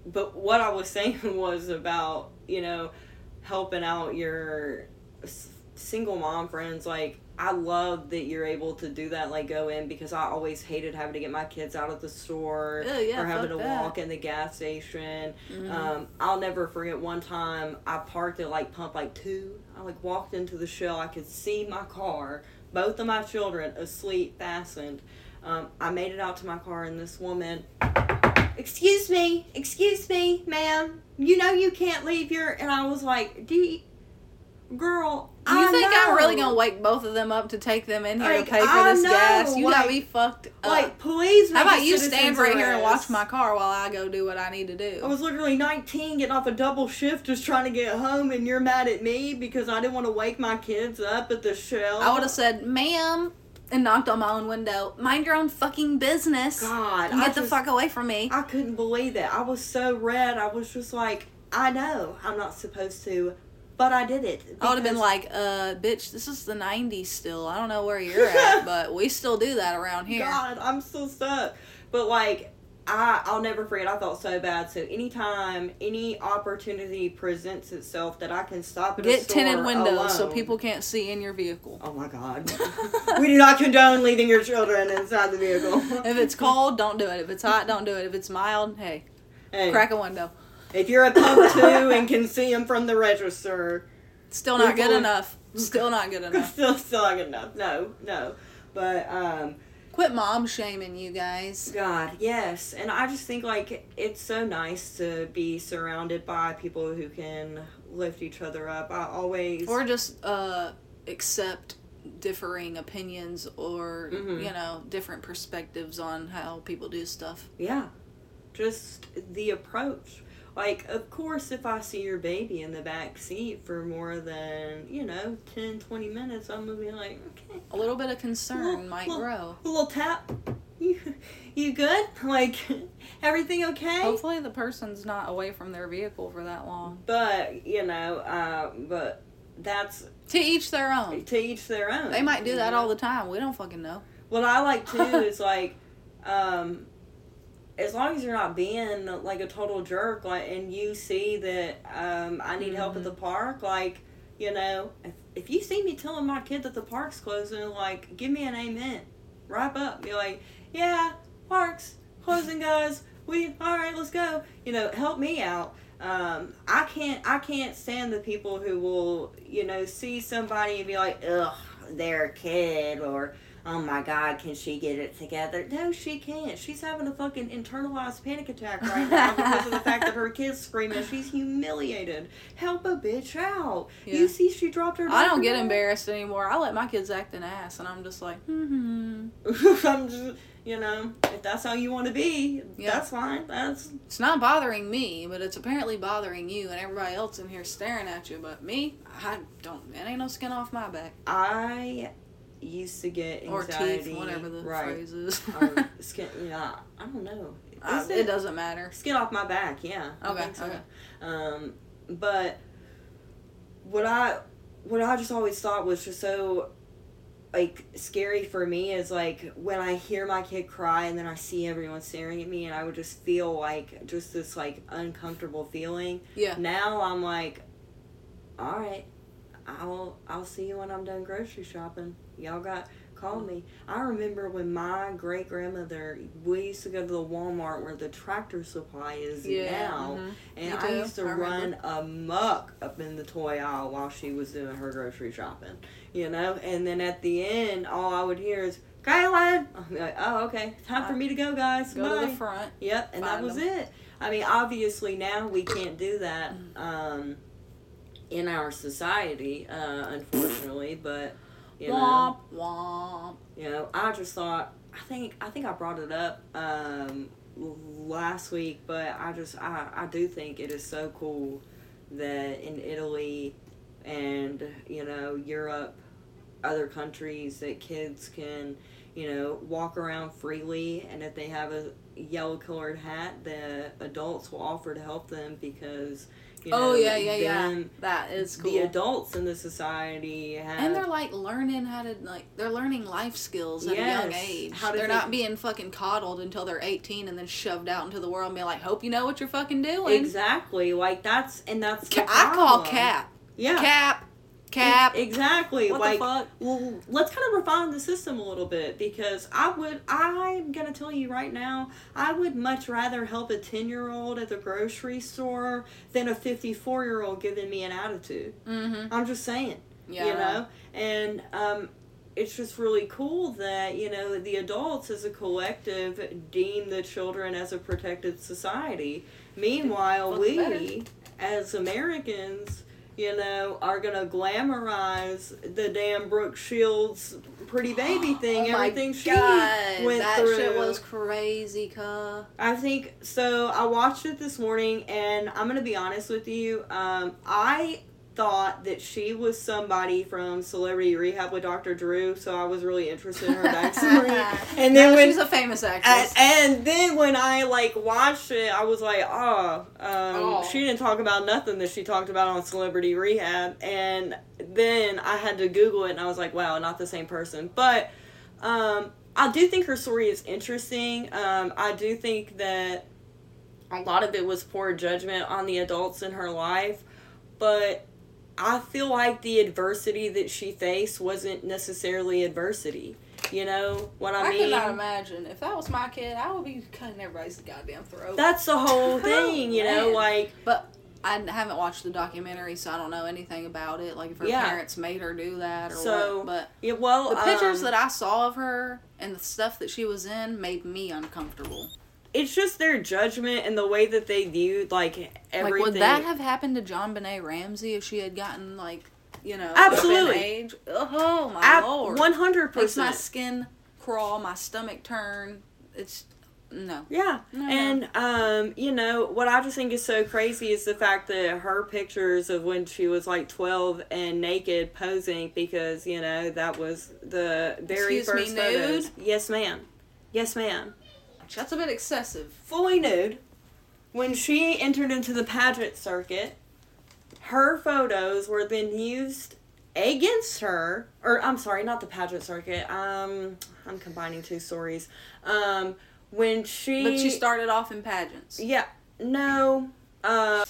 Speaker 2: but what I was saying <laughs> was about, you know, helping out your s- single mom friends like I love that you're able to do that like go in because I always hated having to get my kids out of the store
Speaker 3: Ew, Oh, yeah,
Speaker 2: or having
Speaker 3: fuck
Speaker 2: to
Speaker 3: that.
Speaker 2: walk in the gas station.
Speaker 3: Mhm.
Speaker 2: Um, I'll never forget one time I parked at like pump like two. I like walked into the shell. I could see my car, both of my children asleep, fastened. Um, I made it out to my car, and this woman, excuse me, excuse me, ma'am. You know you can't leave your. And I was like, do you, girl.
Speaker 3: Do you
Speaker 2: I
Speaker 3: think I'm really
Speaker 2: know."
Speaker 3: gonna wake both of them up to take them in here
Speaker 2: Like,
Speaker 3: to pay for
Speaker 2: I
Speaker 3: this
Speaker 2: know,
Speaker 3: gas? You got
Speaker 2: like-
Speaker 3: me fucked up.
Speaker 2: Like, please. make
Speaker 3: How
Speaker 2: a
Speaker 3: about you
Speaker 2: citizen's
Speaker 3: stand right here and watch
Speaker 2: arrest.
Speaker 3: my car while I go do what I need to do?
Speaker 2: I was literally 19, getting off a double shift, just trying to get home, and you're mad at me because I didn't want to wake my kids up at the shell.
Speaker 3: I would have said, "Ma'am," and knocked on my own window. Mind your own fucking business.
Speaker 2: God,
Speaker 3: And
Speaker 2: I
Speaker 3: Get the
Speaker 2: just-
Speaker 3: fuck away from me.
Speaker 2: I couldn't believe that. I was so red. I was just like, I know I'm not supposed to, but I did it.
Speaker 3: I would have been
Speaker 2: because-
Speaker 3: like, uh, bitch, this is the 90s still. I don't know where you're
Speaker 2: <laughs>
Speaker 3: at, but we still do that around here.
Speaker 2: God, I'm still stuck. But like, I I'll never forget. I felt so bad. So anytime any opportunity presents itself that I can stop at a
Speaker 3: Get
Speaker 2: store
Speaker 3: tinted windows so
Speaker 2: alone-
Speaker 3: people can't see in
Speaker 2: <laughs>
Speaker 3: your vehicle.
Speaker 2: Oh my God. we do not condone leaving your children inside the
Speaker 3: <laughs>
Speaker 2: vehicle.
Speaker 3: if it's cold, don't do it. If it's hot, don't do it. If it's mild, hey,
Speaker 2: Hey,
Speaker 3: crack a window.
Speaker 2: if you're a pump too and can see them from the
Speaker 3: <laughs>
Speaker 2: register,
Speaker 3: Still not
Speaker 2: We've
Speaker 3: good
Speaker 2: only-
Speaker 3: enough. Still not good
Speaker 2: <laughs>
Speaker 3: enough.
Speaker 2: still, still not good enough. No, no. But um,
Speaker 3: Quit mom shaming, you guys.
Speaker 2: God, yes, and I just think like it's so nice to be surrounded by people who can lift each other up. I always
Speaker 3: Or just uh, accept differing opinions or,
Speaker 2: Mhm.
Speaker 3: you know, different perspectives on how people do stuff.
Speaker 2: Yeah. Just the approach. Like, of course, if I see your baby in the back seat for more than, you know, 10, 20 minutes, I'm going to be like, okay.
Speaker 3: A little bit of concern
Speaker 2: Well,
Speaker 3: might
Speaker 2: well,
Speaker 3: grow.
Speaker 2: A little tap. You, you good? <laughs> Like, everything okay?
Speaker 3: Hopefully, the person's not away from their vehicle for that long.
Speaker 2: But, you know, uh, but that's
Speaker 3: To each their own.
Speaker 2: to each their own.
Speaker 3: Um, They might do
Speaker 2: you
Speaker 3: that
Speaker 2: know?
Speaker 3: all the time. We don't fucking know.
Speaker 2: What I like too is like, um, as long as you're not being like a total jerk, like, and you see that um, I need help at the park, like, you know, if, if you see me telling my kid that the park's closing, like, give me an amen, wrap up, be like, yeah, parks closing, guys. We all right, let's go. You know, help me out. Um, I can't, I can't stand the people who will, you know, see somebody and be like, ugh, they're a kid, or oh my god, can she get it together? No, she can't. She's having a fucking internalized panic attack right
Speaker 3: <laughs>
Speaker 2: now because of the fact that her kid's screaming. She's humiliated. Help a bitch out.
Speaker 3: Yeah.
Speaker 2: You see, she dropped her.
Speaker 3: I don't get
Speaker 2: backpack.
Speaker 3: embarrassed anymore. I let my kids act an ass, and I'm just like, hmm.
Speaker 2: <laughs> I'm just, you know, if that's how you want to be,
Speaker 3: Yeah.
Speaker 2: that's fine. That's
Speaker 3: It's not bothering me, but it's apparently bothering you and everybody else in here staring at you. But me, I don't. It ain't no skin off my back
Speaker 2: I used to get
Speaker 3: or
Speaker 2: anxiety.
Speaker 3: teeth, whatever the
Speaker 2: right.
Speaker 3: phrase is. <laughs>
Speaker 2: um, skin, yeah, I don't know.
Speaker 3: Uh,
Speaker 2: Is
Speaker 3: it doesn't matter.
Speaker 2: skin off my back. Yeah. I
Speaker 3: Okay,
Speaker 2: think so.
Speaker 3: okay.
Speaker 2: Um, but what I what I just always thought was just so like scary for me is like when I hear my kid cry and then I see everyone staring at me and I would just feel like just this like uncomfortable feeling.
Speaker 3: Yeah.
Speaker 2: Now I'm like, all right, I'll I'll see you when I'm done grocery shopping. Y'all got call me. I remember when my great grandmother we used to go to the Walmart where the tractor supply is
Speaker 3: Yeah,
Speaker 2: now,
Speaker 3: mhm.
Speaker 2: and
Speaker 3: You
Speaker 2: I
Speaker 3: do?
Speaker 2: used to
Speaker 3: I
Speaker 2: run
Speaker 3: remember.
Speaker 2: amok up in the toy aisle while she was doing her grocery shopping. You know, and then at the end, all I would hear is Kylan. <laughs> I'm like, oh okay, time for me to go, guys.
Speaker 3: Go to
Speaker 2: Bye."
Speaker 3: the front.
Speaker 2: Yep, and that
Speaker 3: Find
Speaker 2: was
Speaker 3: them.
Speaker 2: it. I mean, obviously now we can't do that um, in our society, uh, unfortunately. But you know,
Speaker 3: Womp womp.
Speaker 2: you know, I just thought I think I think I brought it up um, last week, but I just I, I do think it is so cool that in Italy and you know Europe, other countries that kids can you know walk around freely, and if they have a yellow colored hat, the adults will offer to help them because you know
Speaker 3: oh yeah, yeah, yeah.
Speaker 2: them-
Speaker 3: That is cool.
Speaker 2: The adults in the society have
Speaker 3: and they're like learning how to like they're learning life skills at a young
Speaker 2: Yes.
Speaker 3: age.
Speaker 2: How to
Speaker 3: they're
Speaker 2: think-
Speaker 3: not being fucking coddled until they're eighteen and then shoved out into the world and be like, hope you know what you're fucking doing.
Speaker 2: Exactly. Like that's and that's the
Speaker 3: Ca- I call
Speaker 2: problem.
Speaker 3: cap,
Speaker 2: Yeah.
Speaker 3: cap,
Speaker 2: E-
Speaker 3: cap.
Speaker 2: Exactly.
Speaker 3: what
Speaker 2: like
Speaker 3: the fuck?
Speaker 2: well, let's kind of refine the system a little bit because I would I'm gonna tell you right now, I would much rather help a ten year old at the grocery store than a fifty four year old giving me an attitude.
Speaker 3: Mm-hmm.
Speaker 2: I'm just saying.
Speaker 3: Yeah.
Speaker 2: You know? And um it's just really cool that, you know, the adults as a collective deem the children as a protected society. Meanwhile,
Speaker 3: Well,
Speaker 2: we
Speaker 3: better.
Speaker 2: as Americans, you know, are gonna glamorize the damn Brooke Shields pretty baby thing,
Speaker 3: <gasps> Oh my
Speaker 2: everything she
Speaker 3: God,
Speaker 2: went
Speaker 3: that
Speaker 2: through.
Speaker 3: shit was crazy, cuh.
Speaker 2: I think so. I watched it this morning, and I'm gonna be honest with you. Um, I thought that she was somebody from Celebrity Rehab with Dr. Drew, so I was really interested
Speaker 3: <laughs>
Speaker 2: in her backstory. and then
Speaker 3: No,
Speaker 2: when
Speaker 3: she's a famous
Speaker 2: and,
Speaker 3: actress.
Speaker 2: and then when I like watched it, I was like, oh, um,
Speaker 3: Oh.
Speaker 2: she didn't talk about nothing that she talked about on Celebrity Rehab. And then I had to Google it, and I was like, wow, not the same person. But um, I do think her story is interesting. Um, I do think that a lot of it was poor judgment on the adults in her life, but. I feel like the adversity that she faced wasn't necessarily adversity. You know what I,
Speaker 3: I,
Speaker 2: mean?
Speaker 3: could not imagine if that was my kid, I would be cutting everybody's goddamn throat.
Speaker 2: That's the
Speaker 3: <laughs>
Speaker 2: whole thing, you know,
Speaker 3: Man.
Speaker 2: like
Speaker 3: But I haven't watched the documentary, so I don't know anything about it. Like if her
Speaker 2: Yeah.
Speaker 3: parents made her do that or
Speaker 2: So,
Speaker 3: what.
Speaker 2: yeah, well,
Speaker 3: But the pictures
Speaker 2: um,
Speaker 3: that I saw of her and the stuff that she was in made me uncomfortable.
Speaker 2: it's just their judgment and the way that they viewed like everything.
Speaker 3: Like would that have happened to John Benet Ramsey if she had gotten like you know up in
Speaker 2: Absolutely.
Speaker 3: age? Oh my lord!
Speaker 2: one hundred
Speaker 3: Makes my
Speaker 2: percent?
Speaker 3: skin crawl, my stomach turn. It's no.
Speaker 2: Yeah,
Speaker 3: No, no.
Speaker 2: and um, you know what I just think is so crazy is the fact that her pictures of when she was like twelve and naked posing because you know that was the very first
Speaker 3: Excuse me,
Speaker 2: photos. Yes, ma'am. Yes, ma'am.
Speaker 3: That's a bit excessive.
Speaker 2: fully nude. When she entered into the pageant circuit, her photos were then used against her, or I'm sorry, not the pageant circuit. Um, I'm combining two stories. Um, when she,
Speaker 3: But she started off in pageants.
Speaker 2: yeah, no. Uh,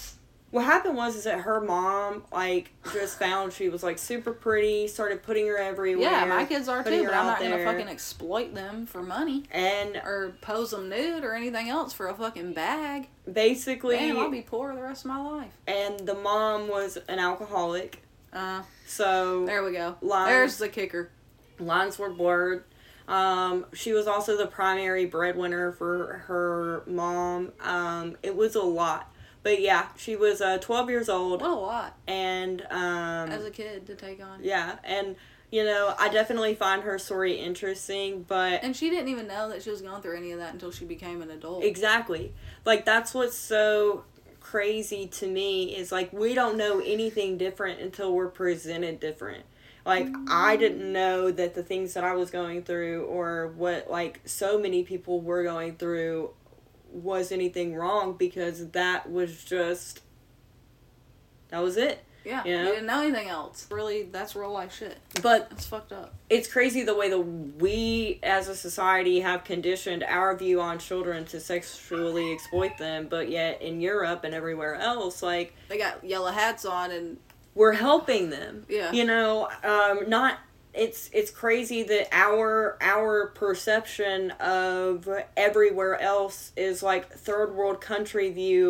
Speaker 2: what happened was is that her mom like just found she was like super pretty, started putting her everywhere.
Speaker 3: Yeah, my kids are
Speaker 2: putting
Speaker 3: too,
Speaker 2: her
Speaker 3: but I'm
Speaker 2: out
Speaker 3: not gonna
Speaker 2: there.
Speaker 3: fucking exploit them for money.
Speaker 2: and
Speaker 3: or pose them nude or anything else for a fucking bag.
Speaker 2: basically,
Speaker 3: Damn, I'll be poor the rest of my life.
Speaker 2: and the mom was an alcoholic.
Speaker 3: Uh,
Speaker 2: So
Speaker 3: there we go.
Speaker 2: Lies.
Speaker 3: There's the kicker.
Speaker 2: lines were blurred. Um, she was also the primary breadwinner for her mom. Um, it was a lot, but yeah, she was uh, 12 years old,
Speaker 3: What a lot
Speaker 2: and
Speaker 3: as
Speaker 2: um,
Speaker 3: a kid to take on.
Speaker 2: yeah, and you know, I definitely find her story interesting, but
Speaker 3: And she didn't even know that she was going through any of that until she became an adult.
Speaker 2: exactly, like that's what's so crazy to me is like we don't know anything different until we're presented different. like i didn't know that the things that i was going through or what like so many people were going through was anything wrong because that was just that was it
Speaker 3: Yeah.
Speaker 2: You know?
Speaker 3: You didn't know anything else. Really, that's real life shit. But it's fucked up.
Speaker 2: it's crazy the way that we as a society have conditioned our view on children to sexually exploit them but yet in europe and everywhere else like
Speaker 3: They got yellow hats on and
Speaker 2: we're helping them
Speaker 3: Yeah.
Speaker 2: you know um not it's it's crazy that our our perception of everywhere else is like third world country view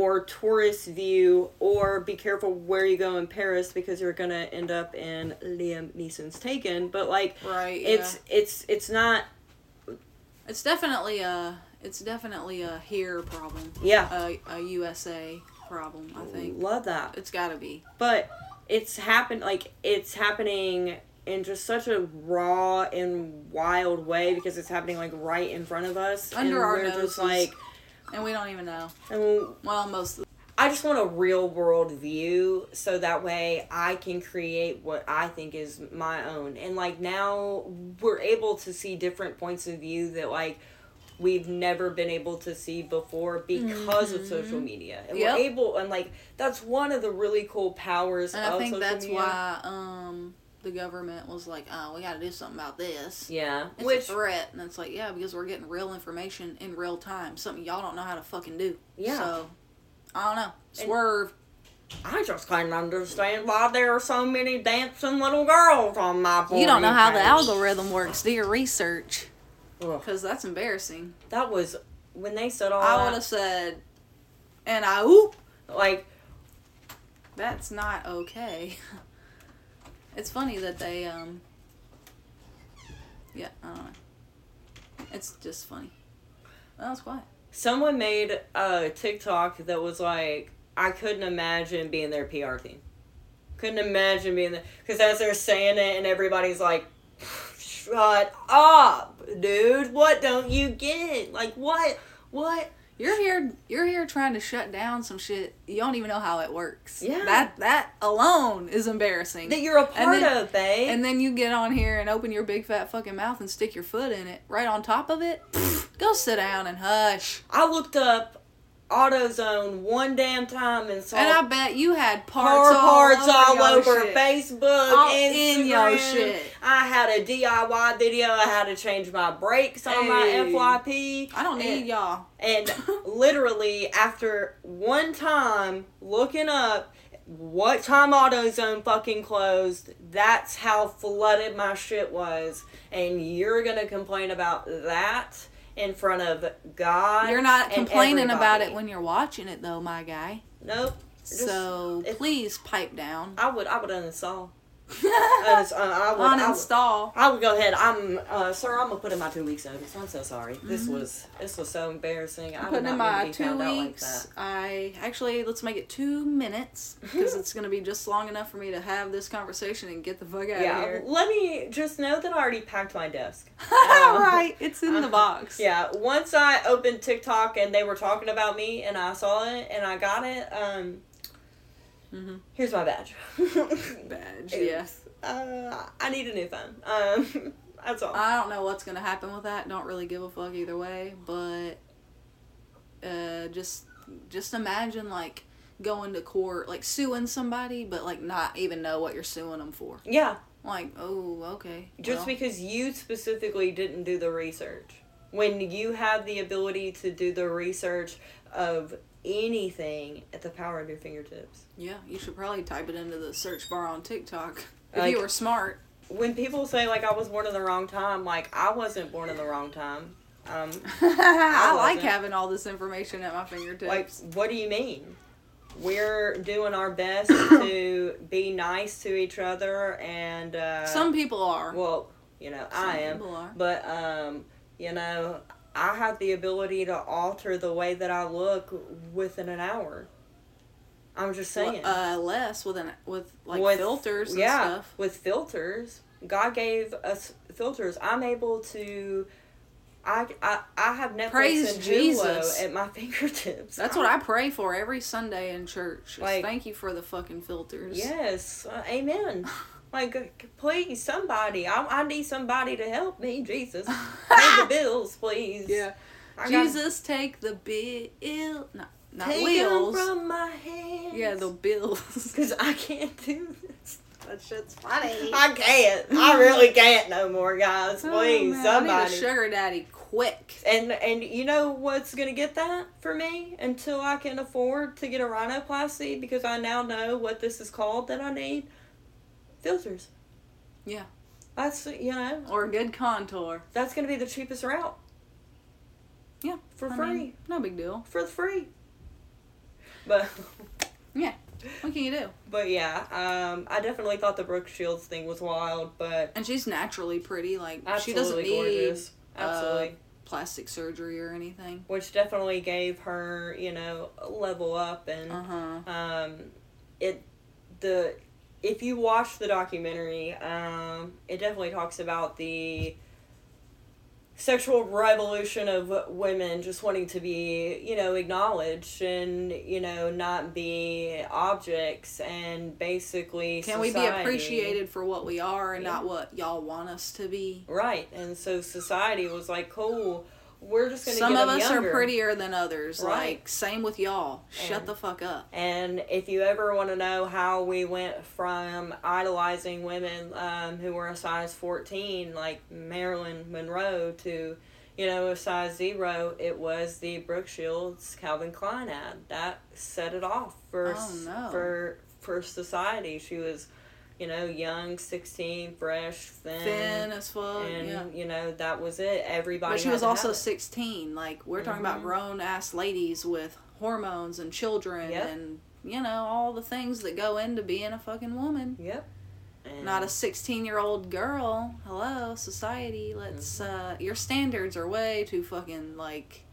Speaker 2: or tourist view or be careful where you go in paris because you're gonna end up in liam neeson's taken but like
Speaker 3: right.
Speaker 2: it's it's it's not
Speaker 3: yeah. it's definitely a it's definitely a here problem.
Speaker 2: yeah
Speaker 3: A, a USA problem, I think.
Speaker 2: love that
Speaker 3: It's gotta be.
Speaker 2: but it's happened like it's happening in just such a raw and wild way because it's happening like right in front of us
Speaker 3: Under
Speaker 2: and
Speaker 3: our
Speaker 2: we're
Speaker 3: noses.
Speaker 2: just like
Speaker 3: And we don't even know.
Speaker 2: and
Speaker 3: Well, most of
Speaker 2: I just want a real world view so that way I can create what I think is my own. And like now we're able to see different points of view that like we've never been able to see before because of social media. And
Speaker 3: Mm-hmm. Yep.
Speaker 2: we're able and like that's one of the really cool powers
Speaker 3: and
Speaker 2: of
Speaker 3: I think
Speaker 2: Oh, social
Speaker 3: that's
Speaker 2: media.
Speaker 3: why um the government was like, oh, we gotta do something about this.
Speaker 2: yeah.
Speaker 3: It's
Speaker 2: Which
Speaker 3: a threat, and it's like, yeah, because we're getting real information in real time, something y'all don't know how to fucking do.
Speaker 2: Yeah.
Speaker 3: So, I don't know. Swerve.
Speaker 2: I just can't understand why there are so many dancing little girls on my
Speaker 3: you don't know how the
Speaker 2: page.
Speaker 3: algorithm works. Do your research,
Speaker 2: Ugh,
Speaker 3: because that's embarrassing.
Speaker 2: that was when they said all
Speaker 3: I would have
Speaker 2: that,
Speaker 3: said, and I oop.
Speaker 2: like
Speaker 3: That's not okay. it's funny that they um. Yeah, I don't know. It's just funny. That was quiet.
Speaker 2: Someone made a TikTok that was like, I couldn't imagine being their PR team. Couldn't imagine being there. Because as they're saying it, and everybody's like, shut up, dude. What don't you get? Like, what? What?
Speaker 3: You're here. You're here trying to shut down some shit. You don't even know how it works.
Speaker 2: Yeah.
Speaker 3: That that alone is embarrassing.
Speaker 2: That you're a part
Speaker 3: then-
Speaker 2: of, babe.
Speaker 3: and then you get on here and open your big fat fucking mouth and stick your foot in it right on top of it. Go sit down and hush.
Speaker 2: I looked up AutoZone one damn time and saw
Speaker 3: And I bet you had
Speaker 2: car
Speaker 3: parts,
Speaker 2: parts all,
Speaker 3: your
Speaker 2: over,
Speaker 3: shit.
Speaker 2: Facebook,
Speaker 3: All
Speaker 2: Instagram.
Speaker 3: in your shit.
Speaker 2: I had a DIY video. I had to change my brakes on
Speaker 3: Hey.
Speaker 2: my FYP.
Speaker 3: I don't need
Speaker 2: and,
Speaker 3: y'all.
Speaker 2: And literally, after one time looking up what time AutoZone fucking closed, that's how flooded my shit was. And you're gonna complain about that in front of God.
Speaker 3: You're not
Speaker 2: and
Speaker 3: complaining about it
Speaker 2: everybody.
Speaker 3: when you're watching it though, my guy.
Speaker 2: Nope. Just-
Speaker 3: so
Speaker 2: it's-
Speaker 3: please pipe down.
Speaker 2: I would. I would uninstall. <laughs> I, was, uh, I would. I would
Speaker 3: Uninstall.
Speaker 2: I would go ahead. I'm, uh, sir. I'm gonna put in my two weeks notice. I'm so sorry. This was this was so embarrassing. I'm
Speaker 3: Mm-hmm. putting
Speaker 2: not mean to
Speaker 3: in my
Speaker 2: be
Speaker 3: two
Speaker 2: found out like
Speaker 3: weeks.
Speaker 2: that.
Speaker 3: I actually let's make it two minutes because it's gonna be just long enough for me to have this conversation and get the fuck out
Speaker 2: Yeah. <laughs>
Speaker 3: of here.
Speaker 2: Let me just know that I already packed my desk.
Speaker 3: <laughs> All right, it's in the
Speaker 2: Uh, <laughs>
Speaker 3: box.
Speaker 2: Yeah. Once I opened TikTok and they were talking about me and I saw it and I got it. Um.
Speaker 3: Mhm.
Speaker 2: Here's my badge. <laughs>
Speaker 3: Badge.
Speaker 2: Oops.
Speaker 3: Yes.
Speaker 2: Uh, I need a new phone. Um. <laughs> That's all.
Speaker 3: I don't know what's gonna happen with that. Don't really give a fuck either way. But uh, just just imagine like going to court, like suing somebody, but like not even know what you're suing them for.
Speaker 2: yeah.
Speaker 3: Like, oh, okay.
Speaker 2: Just
Speaker 3: well,
Speaker 2: because you specifically didn't do the research. When you have the ability to do the research of anything at the power of your fingertips.
Speaker 3: yeah, you should probably type it into the search bar on TikTok <laughs> if
Speaker 2: Like-
Speaker 3: you were smart. <laughs>
Speaker 2: When people say, like, I was born in the wrong time, like, I wasn't born in the wrong time. Um,
Speaker 3: I, like
Speaker 2: wasn't.
Speaker 3: having all this information at my fingertips.
Speaker 2: like, what do you mean? We're doing our
Speaker 3: <coughs>
Speaker 2: best to be nice to each other and, uh,
Speaker 3: Some people are.
Speaker 2: well, you know, I
Speaker 3: Some
Speaker 2: am.
Speaker 3: People are.
Speaker 2: But um, you know, I have the ability to alter the way that I look within an hour. I'm just saying.
Speaker 3: Uh, less with an with like
Speaker 2: With-
Speaker 3: filters and
Speaker 2: yeah,
Speaker 3: stuff.
Speaker 2: with filters, God gave us filters. I'm able to. I, I, I have Netflix
Speaker 3: Praise
Speaker 2: and Hulu
Speaker 3: Jesus.
Speaker 2: at my <laughs> fingertips.
Speaker 3: That's what I pray for every Sunday in church. is
Speaker 2: Like-
Speaker 3: thank you for the fucking filters. <laughs>
Speaker 2: Yes, uh, amen. Like, uh, please, somebody. I, I need somebody to help me.
Speaker 3: <laughs>
Speaker 2: Jesus, pay the bills, please.
Speaker 3: Yeah.
Speaker 2: I got-
Speaker 3: Jesus, take the bill. No, not
Speaker 2: Take 'em
Speaker 3: wheels.
Speaker 2: from my hands. <laughs>
Speaker 3: Yeah, the bills.
Speaker 2: Because I can't do
Speaker 3: <laughs>
Speaker 2: this.
Speaker 3: that shit's funny.
Speaker 2: I can't. I really can't no more, guys.
Speaker 3: Oh,
Speaker 2: Please,
Speaker 3: man, I need
Speaker 2: somebody.
Speaker 3: a sugar daddy quick.
Speaker 2: and and you know what's gonna get that for me until I can afford to get a rhinoplasty because I now know what this is called that I need. Filters.
Speaker 3: Yeah.
Speaker 2: That's you know
Speaker 3: Or a good contour.
Speaker 2: that's gonna be the cheapest route
Speaker 3: Yeah.
Speaker 2: for
Speaker 3: I
Speaker 2: free
Speaker 3: mean, no big deal.
Speaker 2: for free. But
Speaker 3: What can you do?
Speaker 2: but yeah, um, I definitely thought the Brooke Shields thing was wild, but
Speaker 3: And she's naturally pretty. Like,
Speaker 2: absolutely
Speaker 3: she doesn't need uh,
Speaker 2: gorgeous. Absolutely.
Speaker 3: plastic surgery or anything.
Speaker 2: which definitely gave her, you know, a level up and
Speaker 3: Uh huh.
Speaker 2: um it the if you watch the documentary, um it definitely talks about the sexual revolution of women just wanting to be, you know, acknowledged and, you know, not be objects and basically
Speaker 3: Can we be
Speaker 2: society-
Speaker 3: appreciated for what we are and
Speaker 2: Yeah.
Speaker 3: not what y'all want us to be?
Speaker 2: Right. And so society was like, "Cool, we're just going to
Speaker 3: Some
Speaker 2: get
Speaker 3: of
Speaker 2: them
Speaker 3: us
Speaker 2: younger.
Speaker 3: are prettier than others.
Speaker 2: Right.
Speaker 3: Like, same with y'all. Shut
Speaker 2: And-
Speaker 3: the fuck up.
Speaker 2: And if you ever want to know how we went from idolizing women um, who were a size 14, like Marilyn Monroe, to, you know, a size zero, it was the Brooke Shields Calvin Klein ad. That set it off for,
Speaker 3: Oh,
Speaker 2: s-
Speaker 3: no.
Speaker 2: for, for society. She was, you know, young, 16, fresh, thin.
Speaker 3: Thin as fuck.
Speaker 2: And,
Speaker 3: yeah.
Speaker 2: you know, that was it. Everybody
Speaker 3: But she
Speaker 2: had
Speaker 3: was
Speaker 2: to have
Speaker 3: also
Speaker 2: it.
Speaker 3: 16. Like, we're talking
Speaker 2: Mhm.
Speaker 3: about grown ass ladies with hormones and children
Speaker 2: Yep.
Speaker 3: and, you know, all the things that go into being a fucking woman.
Speaker 2: Yep. And
Speaker 3: Not a 16 year old girl. Hello, society. Let's,
Speaker 2: Mm-hmm.
Speaker 3: uh, your standards are way too fucking, like,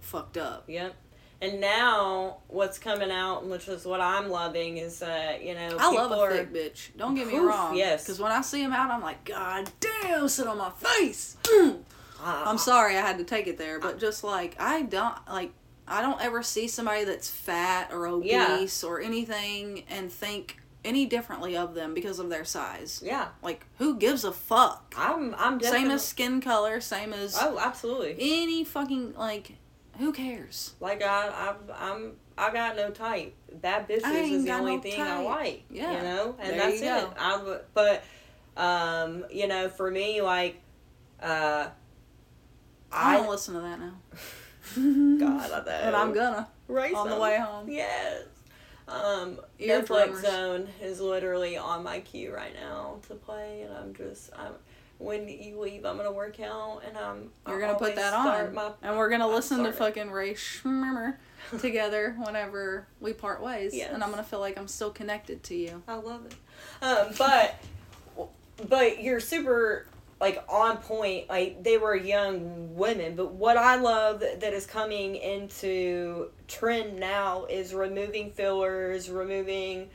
Speaker 3: fucked up.
Speaker 2: Yep. And now what's coming out, which is what I'm loving, is that you know
Speaker 3: I
Speaker 2: people
Speaker 3: love a
Speaker 2: are
Speaker 3: thick bitch. Don't get me
Speaker 2: Oof,
Speaker 3: wrong.
Speaker 2: yes.
Speaker 3: Because when I see them out, I'm like, God damn, sit on my face. Mm.
Speaker 2: Ah,
Speaker 3: I'm sorry I had to take it there,
Speaker 2: Uh-uh.
Speaker 3: but just like I don't like I don't ever see somebody that's fat or
Speaker 2: Yeah.
Speaker 3: obese or anything and think any differently of them because of their size.
Speaker 2: Yeah,
Speaker 3: Like who gives a fuck?
Speaker 2: I'm. I'm definitely.
Speaker 3: Same as skin color, same as
Speaker 2: Oh, absolutely.
Speaker 3: any fucking like who cares?
Speaker 2: Like I, I'm. I'm. I got no type. Bad
Speaker 3: I
Speaker 2: bitches
Speaker 3: ain't
Speaker 2: is the
Speaker 3: got
Speaker 2: only
Speaker 3: no
Speaker 2: thing I
Speaker 3: type.
Speaker 2: like. You
Speaker 3: Yeah.
Speaker 2: know, and
Speaker 3: There
Speaker 2: that's
Speaker 3: you
Speaker 2: it.
Speaker 3: go.
Speaker 2: I. w- But, um, you know, for me, like, uh,
Speaker 3: I,
Speaker 2: I.
Speaker 3: don't listen to that now.
Speaker 2: <laughs>
Speaker 3: <laughs>
Speaker 2: God, I know.
Speaker 3: And I'm gonna
Speaker 2: Race
Speaker 3: on the
Speaker 2: them.
Speaker 3: way home.
Speaker 2: Yes. Um,
Speaker 3: Ear
Speaker 2: Netflix
Speaker 3: drummers.
Speaker 2: Zone is literally on my queue right now to play, and I'm just I'm. When you leave, I'm gonna work out, and I'm. I
Speaker 3: You're gonna put
Speaker 2: always
Speaker 3: that
Speaker 2: start
Speaker 3: on,
Speaker 2: My,
Speaker 3: and we're gonna
Speaker 2: I'm
Speaker 3: listen to
Speaker 2: sorry.
Speaker 3: fucking Ray
Speaker 2: <laughs>
Speaker 3: Schmimmer together whenever we part ways,
Speaker 2: Yes.
Speaker 3: and I'm gonna feel like I'm still connected to you.
Speaker 2: I love it, um, but but you're super like on point. Like they were young women, but what I love that is coming into trend now is removing fillers, removing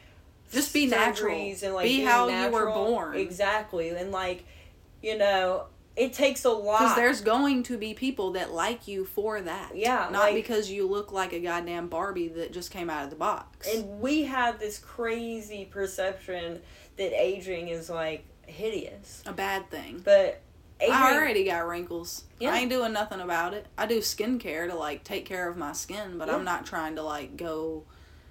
Speaker 3: Just be natural.
Speaker 2: surgeries and like
Speaker 3: Be
Speaker 2: being
Speaker 3: how you were
Speaker 2: natural.
Speaker 3: born.
Speaker 2: Exactly. And like, you know, it takes a lot.
Speaker 3: Because there's going to be people that like you for that.
Speaker 2: Yeah,
Speaker 3: Not
Speaker 2: like-
Speaker 3: because you look like a goddamn Barbie that just came out of the box.
Speaker 2: and we have this crazy perception that aging is like hideous.
Speaker 3: a bad thing.
Speaker 2: But aging
Speaker 3: I already got wrinkles.
Speaker 2: Yeah.
Speaker 3: I ain't doing nothing about it. I do skincare to like take care of my skin, but
Speaker 2: Yeah.
Speaker 3: I'm not trying to like go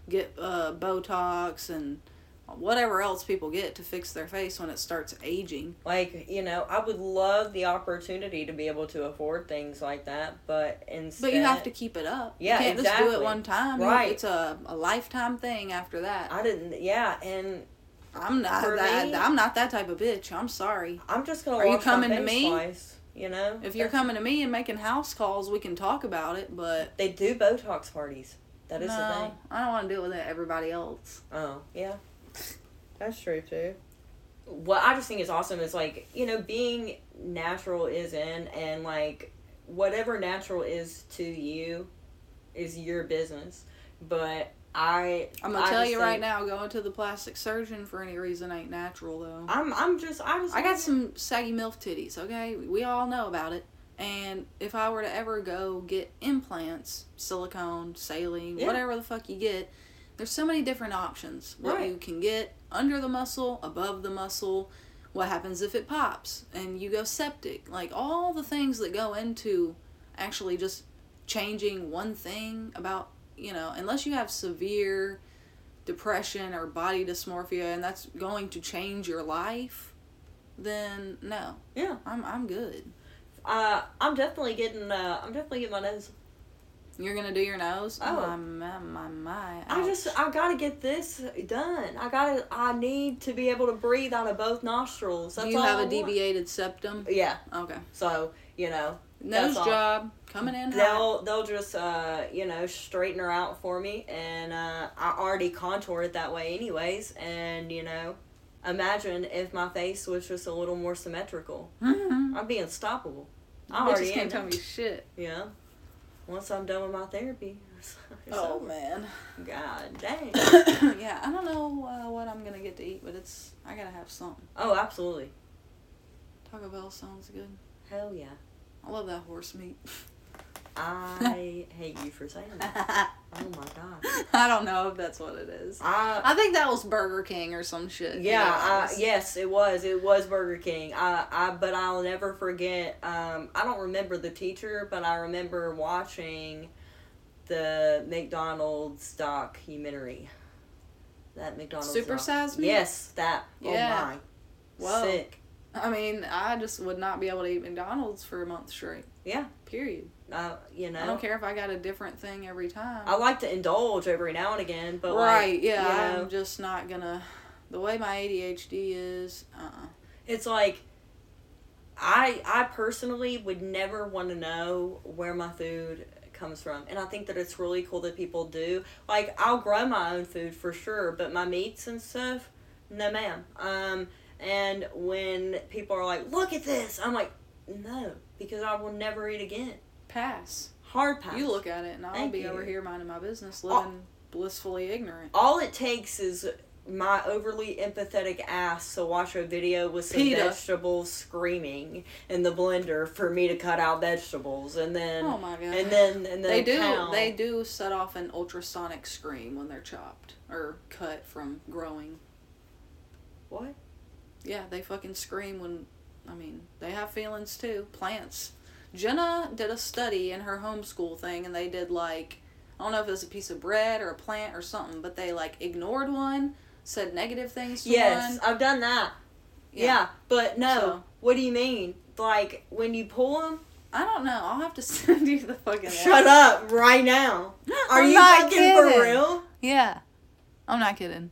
Speaker 3: get uh, Botox and whatever else people get to fix their face when it starts aging.
Speaker 2: like, you know, I would love the opportunity to be able to afford things like that, but instead
Speaker 3: But you have to keep it up.
Speaker 2: Yeah,
Speaker 3: you can't just do
Speaker 2: exactly.
Speaker 3: it one time. You-
Speaker 2: Right.
Speaker 3: It's a, a lifetime thing after that.
Speaker 2: I didn't yeah, and
Speaker 3: I'm not
Speaker 2: For
Speaker 3: that.
Speaker 2: me-
Speaker 3: I'm not that type of bitch. I'm sorry.
Speaker 2: I'm just gonna
Speaker 3: Are you
Speaker 2: wash my
Speaker 3: coming to
Speaker 2: face
Speaker 3: me?
Speaker 2: twice, you know?
Speaker 3: If you're
Speaker 2: That's-
Speaker 3: coming to me and making house calls, we can talk about it. But
Speaker 2: they do Botox parties. That is the thing.
Speaker 3: no, I don't want to deal with it. Everybody else.
Speaker 2: Oh, yeah. That's true too. What I just think is awesome is like, you know, being natural is in and like whatever natural is to you is your business. But I
Speaker 3: I'm gonna
Speaker 2: I
Speaker 3: tell
Speaker 2: just
Speaker 3: you right
Speaker 2: think-
Speaker 3: now, going to the plastic surgeon for any reason ain't natural though.
Speaker 2: I'm I'm just I just
Speaker 3: I got some saggy milf titties. Okay, we all know about it. And if I were to ever go get implants, silicone, saline,
Speaker 2: Yeah.
Speaker 3: whatever the fuck you get, there's so many different options. What
Speaker 2: Right.
Speaker 3: you can get under the muscle, above the muscle, what happens if it pops and you go septic. Like all the things that go into actually just changing one thing about you know, unless you have severe depression or body dysmorphia and that's going to change your life, then no,
Speaker 2: Yeah.
Speaker 3: I'm I'm good.
Speaker 2: Uh, I'm definitely getting. Uh, I'm definitely getting my nose.
Speaker 3: You're gonna do your nose?
Speaker 2: Oh.
Speaker 3: my my my my.
Speaker 2: I just.
Speaker 3: ouch.
Speaker 2: I gotta get this done. I gotta. I need to be able to breathe out of both nostrils. That's
Speaker 3: you
Speaker 2: all
Speaker 3: have
Speaker 2: I
Speaker 3: a
Speaker 2: want.
Speaker 3: deviated septum.
Speaker 2: Yeah.
Speaker 3: Okay,
Speaker 2: So you know
Speaker 3: nose
Speaker 2: That's all.
Speaker 3: job coming
Speaker 2: <laughs>
Speaker 3: in hot.
Speaker 2: they'll they'll just uh, you know straighten her out for me, and uh, I already contoured it that way anyways. And you know, imagine if my face was just a little more symmetrical.
Speaker 3: Mhm.
Speaker 2: I'd be unstoppable. I
Speaker 3: Bitches
Speaker 2: already am.
Speaker 3: can't tell me shit.
Speaker 2: Yeah. Once I'm done with my therapy. <laughs> it's
Speaker 3: Oh
Speaker 2: over.
Speaker 3: man.
Speaker 2: God dang.
Speaker 3: <coughs> yeah, I don't know uh, what I'm gonna get to eat, but it's I gotta have something.
Speaker 2: Oh, absolutely.
Speaker 3: Taco Bell sounds good.
Speaker 2: Hell yeah.
Speaker 3: I love that horse meat. <laughs>
Speaker 2: I hate you for saying that.
Speaker 3: I
Speaker 2: Oh my god.
Speaker 3: don't know if that's what it is.
Speaker 2: I
Speaker 3: <laughs> I think that was Burger King or some shit.
Speaker 2: yeah, I,
Speaker 3: Anyways.
Speaker 2: yes, it was. It was Burger King. I, I but I'll never forget. Um, I don't remember the teacher, but I remember watching the McDonald's documentary. That McDonald's doc-
Speaker 3: Supersize Me?
Speaker 2: Yes, that.
Speaker 3: Yeah.
Speaker 2: Oh my.
Speaker 3: Whoa.
Speaker 2: Sick.
Speaker 3: I mean, I just would not be able to eat McDonald's for a month straight.
Speaker 2: Yeah.
Speaker 3: Period.
Speaker 2: Uh, you know.
Speaker 3: I don't care if I got a different thing every time.
Speaker 2: I like to indulge every now and again, but
Speaker 3: right?
Speaker 2: like,
Speaker 3: yeah.
Speaker 2: you know,
Speaker 3: I'm just not gonna. The way my ADHD is, uh,
Speaker 2: it's like I I personally would never want to know where my food comes from, and I think that it's really cool that people do. Like I'll grow my own food for sure, but my meats and stuff, no, ma'am. Um, and when people are like, "Look at this," I'm like, "No," because I will never eat again.
Speaker 3: pass.
Speaker 2: Hard pass.
Speaker 3: You look at it, and I'll
Speaker 2: Thank
Speaker 3: be
Speaker 2: you.
Speaker 3: over here minding my business,
Speaker 2: Oh.
Speaker 3: living blissfully ignorant.
Speaker 2: all it takes is my overly empathetic ass to watch a video with some
Speaker 3: PETA.
Speaker 2: vegetables screaming in the blender for me to cut out vegetables and then
Speaker 3: Oh my god!
Speaker 2: and then and then
Speaker 3: they do.
Speaker 2: pound.
Speaker 3: They do set off an ultrasonic scream when they're chopped or cut from growing.
Speaker 2: what
Speaker 3: Yeah, they fucking scream when. I mean, they have feelings too. Plants. Jenna did a study in her homeschool thing, and they did like I don't know if it was a piece of bread or a plant or something, but they like ignored one, said negative things to
Speaker 2: yes
Speaker 3: one.
Speaker 2: i've done that yeah, but no
Speaker 3: So-
Speaker 2: what do you mean like when you pull them
Speaker 3: I don't know. I'll have to <laughs> send you the fucking.
Speaker 2: shut up right now
Speaker 3: <gasps>
Speaker 2: are you fucking for real
Speaker 3: Yeah. I'm not kidding.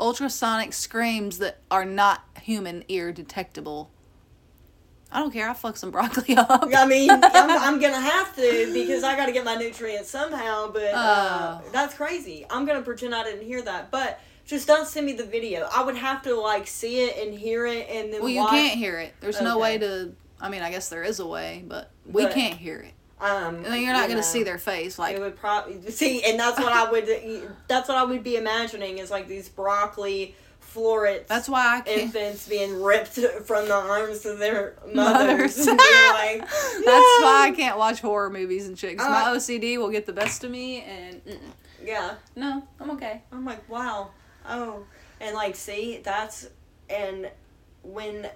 Speaker 3: Ultrasonic screams that are not human ear detectable. I don't care. I fuck some broccoli <laughs> up.
Speaker 2: I mean, I'm, I'm gonna have to because I gotta get my nutrients somehow. But uh,
Speaker 3: Oh.
Speaker 2: that's crazy. I'm gonna pretend I didn't hear that. But just don't send me the video. I would have to like see it and hear it and then.
Speaker 3: well, you
Speaker 2: watch.
Speaker 3: can't hear it. There's no
Speaker 2: Okay.
Speaker 3: way to. I mean, I guess there is a way, but we
Speaker 2: But-
Speaker 3: can't hear it.
Speaker 2: Um,
Speaker 3: And then you're not
Speaker 2: you
Speaker 3: gonna
Speaker 2: know,
Speaker 3: see their face. Like,
Speaker 2: It would probably see, and that's
Speaker 3: <laughs>
Speaker 2: what I would. e, That's what I would be imagining is like these broccoli florets.
Speaker 3: that's <laughs> why I can't.
Speaker 2: infants being ripped from the arms of their mothers.
Speaker 3: Mothers.
Speaker 2: And you're like,
Speaker 3: <laughs> That's
Speaker 2: "No."
Speaker 3: why I can't watch horror movies and shit. 'cause my
Speaker 2: Uh,
Speaker 3: OCD will get the best of me, and mm-mm.
Speaker 2: Yeah.
Speaker 3: no,
Speaker 2: <sighs>
Speaker 3: I'm okay.
Speaker 2: I'm like, wow, oh, and like, see, that's and when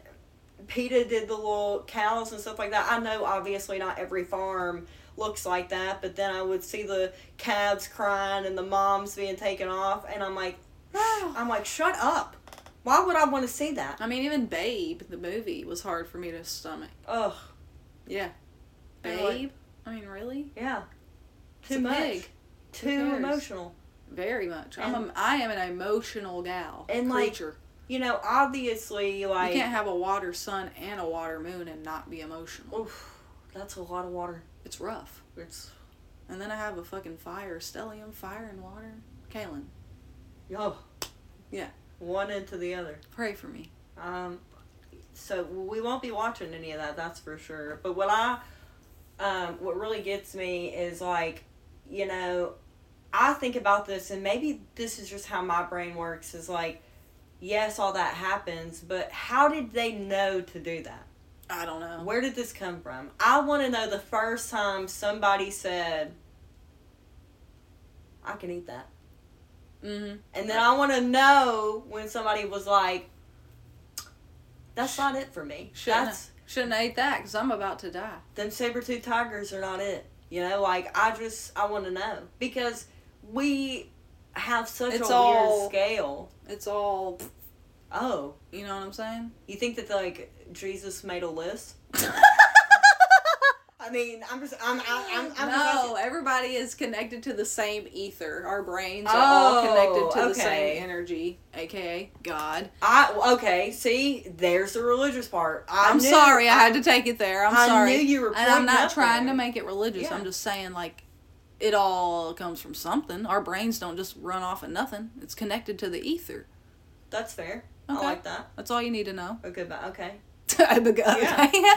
Speaker 2: PETA did the little cows and stuff like that. I know, obviously, not every farm looks like that, but then I would see the calves crying and the moms being taken off, and I'm like, I'm like, shut up. Why would I want to see that?
Speaker 3: I mean, even Babe, the movie, was hard for me to stomach.
Speaker 2: Ugh,
Speaker 3: Yeah.
Speaker 2: They were like-
Speaker 3: Babe? I mean, really?
Speaker 2: yeah,
Speaker 3: It's
Speaker 2: too
Speaker 3: a
Speaker 2: much,
Speaker 3: pig.
Speaker 2: too
Speaker 3: cares?
Speaker 2: emotional.
Speaker 3: Very much. I'm
Speaker 2: And-
Speaker 3: a, I am an emotional gal.
Speaker 2: And, like,
Speaker 3: creature.
Speaker 2: You know, obviously, like,
Speaker 3: you can't have a water sun and a water moon and not be emotional.
Speaker 2: oof, that's a lot of water.
Speaker 3: It's rough.
Speaker 2: It's
Speaker 3: And then I have a fucking fire, stellium, fire and water. Kaylin,
Speaker 2: oh,
Speaker 3: Yeah.
Speaker 2: one into the other.
Speaker 3: pray for me.
Speaker 2: Um, so we won't be watching any of that, that's for sure. But what I, um, what really gets me is like, you know, I think about this, and maybe this is just how my brain works. Is like, yes, all that happens, but how did they know to do that?
Speaker 3: I don't know.
Speaker 2: Where did this come from? I want to know the first time somebody said, "I can eat that."
Speaker 3: Mm-hmm.
Speaker 2: And then I want to know when somebody was like, that's not it for me.
Speaker 3: Shouldn't
Speaker 2: That's
Speaker 3: Shouldn't have ate that because I'm about to die.
Speaker 2: them saber-toothed tigers are not it. You know, like I just I want to know because we have such
Speaker 3: It's
Speaker 2: a
Speaker 3: all-
Speaker 2: weird scale.
Speaker 3: It's all,
Speaker 2: Oh,
Speaker 3: you know what I'm saying?
Speaker 2: you think that like Jesus made a list? <laughs>
Speaker 3: <laughs>
Speaker 2: I mean, I'm just I'm I, I'm, I'm
Speaker 3: no,
Speaker 2: just,
Speaker 3: everybody is connected to the same ether. Our brains are all
Speaker 2: Oh,
Speaker 3: connected to the
Speaker 2: okay.
Speaker 3: same energy, aka God.
Speaker 2: I okay. See, there's the religious part. I
Speaker 3: I'm
Speaker 2: knew-
Speaker 3: sorry, I had to take it there. I'm
Speaker 2: I
Speaker 3: sorry.
Speaker 2: knew you were
Speaker 3: and I'm
Speaker 2: pointing
Speaker 3: not
Speaker 2: up
Speaker 3: trying
Speaker 2: there.
Speaker 3: to make it religious.
Speaker 2: Yeah.
Speaker 3: I'm just saying like it all comes from something. Our brains don't just run off of nothing. It's connected to the ether.
Speaker 2: That's fair. I
Speaker 3: Okay.
Speaker 2: like that.
Speaker 3: That's all you need to know. <laughs>
Speaker 2: Okay, but okay.
Speaker 3: I begun.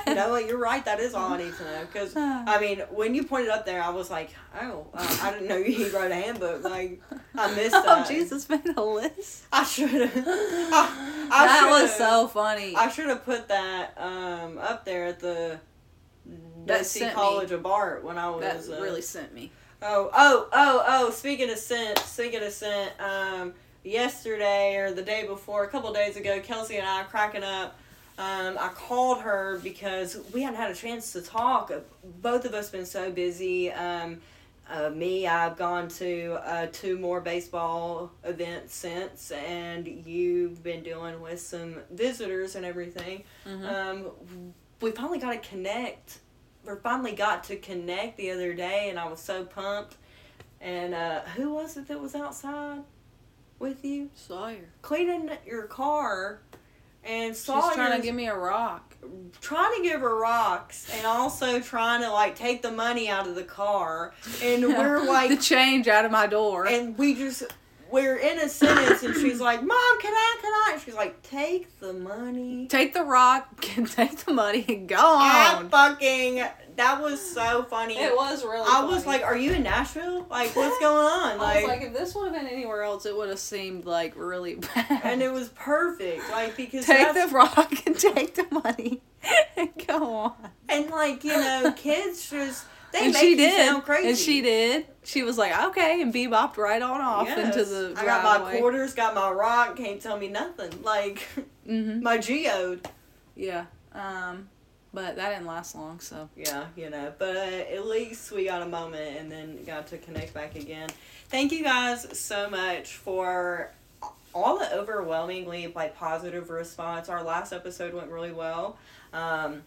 Speaker 2: You know what? You're right. That is all I need to know. Because I mean, when you pointed up there, I was like, oh, uh, I didn't know you wrote a handbook. Like I missed
Speaker 3: <laughs> Oh
Speaker 2: that.
Speaker 3: Jesus made a list.
Speaker 2: I should have. <laughs> I, I
Speaker 3: that was
Speaker 2: should've-
Speaker 3: so funny.
Speaker 2: I should have put that um, up there at the
Speaker 3: That
Speaker 2: DC
Speaker 3: sent
Speaker 2: College of Art when I
Speaker 3: that
Speaker 2: was. uh,
Speaker 3: really sent me.
Speaker 2: Oh, oh, oh, oh! Speaking of scent, speaking of scent, um, yesterday or the day before, a couple days ago, Kelsey and I cracking up. Um, I called her because we hadn't had a chance to talk. Both of us been so busy. Um, uh, me, I've gone to uh, two more baseball events since, and you've been dealing with some visitors and everything. Um, we finally got to connect we finally got to connect the other day, and I was so pumped. And uh, who was it that was outside with you
Speaker 3: Sawyer.
Speaker 2: cleaning your car? And
Speaker 3: She's
Speaker 2: Sawyer's
Speaker 3: trying to give me a rock.
Speaker 2: trying to give her rocks, and also trying to like take the money out of the car.
Speaker 3: <laughs>
Speaker 2: And we're
Speaker 3: the
Speaker 2: like,
Speaker 3: change out of my door.
Speaker 2: and we just we're in a sentence, and she's like, "Mom, can I? Can I?" And she's like, "Take the money."
Speaker 3: take the rock, <laughs> can take the money, and go
Speaker 2: I
Speaker 3: on.
Speaker 2: fucking that was so funny.
Speaker 3: was really.
Speaker 2: I was like, "Are you in Nashville? Like, what's
Speaker 3: <laughs>
Speaker 2: going on?"
Speaker 3: I was like, if this would have been anywhere else, it would have seemed like really <laughs> bad.
Speaker 2: and it was perfect, like because
Speaker 3: take
Speaker 2: that's-
Speaker 3: the rock and take the money <laughs> and go on.
Speaker 2: <laughs> and like you know, kids just they
Speaker 3: and
Speaker 2: make
Speaker 3: she
Speaker 2: you
Speaker 3: did.
Speaker 2: sound crazy.
Speaker 3: And she did. She was like, okay, and bebopped right on off
Speaker 2: Yes.
Speaker 3: into the driveway.
Speaker 2: I got my quarters, got my rock, can't tell me nothing. Like <laughs>
Speaker 3: Mm-hmm.
Speaker 2: my geode.
Speaker 3: Yeah. Um, but that didn't last long, so.
Speaker 2: Yeah, you know, but at least we got a moment and then got to connect back again. Thank you guys so much for all the overwhelmingly like positive response. Our last episode went really well. Um,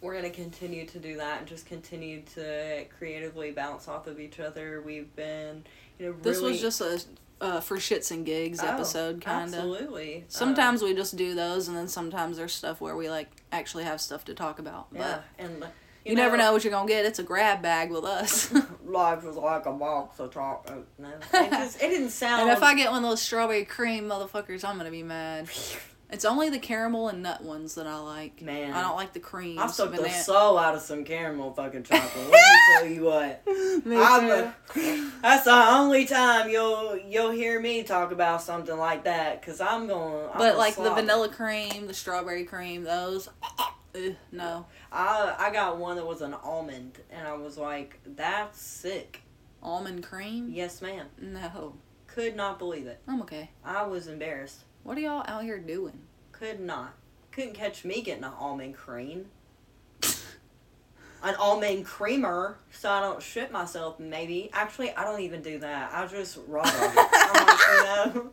Speaker 2: we're gonna continue to do that and just continue to creatively bounce off of each other. We've been, you know, really
Speaker 3: This was just a uh, for shits and gigs
Speaker 2: Oh,
Speaker 3: episode, kind of.
Speaker 2: absolutely. Um,
Speaker 3: Sometimes we just do those, and then sometimes there's stuff where we like actually have stuff to talk about. But
Speaker 2: yeah, and
Speaker 3: you, never know what you're gonna get. It's a grab bag
Speaker 2: <laughs>
Speaker 3: with us. and
Speaker 2: Life was like a box of chocolate. No,
Speaker 3: <laughs>
Speaker 2: it, just, it didn't sound.
Speaker 3: if I get one of those strawberry cream motherfuckers, I'm gonna be mad. It's only the caramel and nut ones that I like.
Speaker 2: <laughs> Man.
Speaker 3: I don't like the cream.
Speaker 2: I sucked the
Speaker 3: <laughs>
Speaker 2: soul out of some caramel fucking chocolate. Let me tell you
Speaker 3: <laughs>
Speaker 2: what. I'm a- <laughs> that's the only time you'll you'll hear me talk about something like that because I'm going. I'm
Speaker 3: But
Speaker 2: a
Speaker 3: like the
Speaker 2: slob.
Speaker 3: vanilla cream, the strawberry cream, those. <laughs> Ugh, no,
Speaker 2: I I got one that was an almond, and I was like, "That's sick."
Speaker 3: almond cream.
Speaker 2: Yes, ma'am.
Speaker 3: No,
Speaker 2: Could not believe it.
Speaker 3: I'm okay.
Speaker 2: I was embarrassed.
Speaker 3: What are y'all out here doing?
Speaker 2: Could not. Couldn't catch me getting an almond cream. An almond creamer, so I don't shit myself. Maybe actually, I don't even do that. I just raw dog it. I'm like, you know?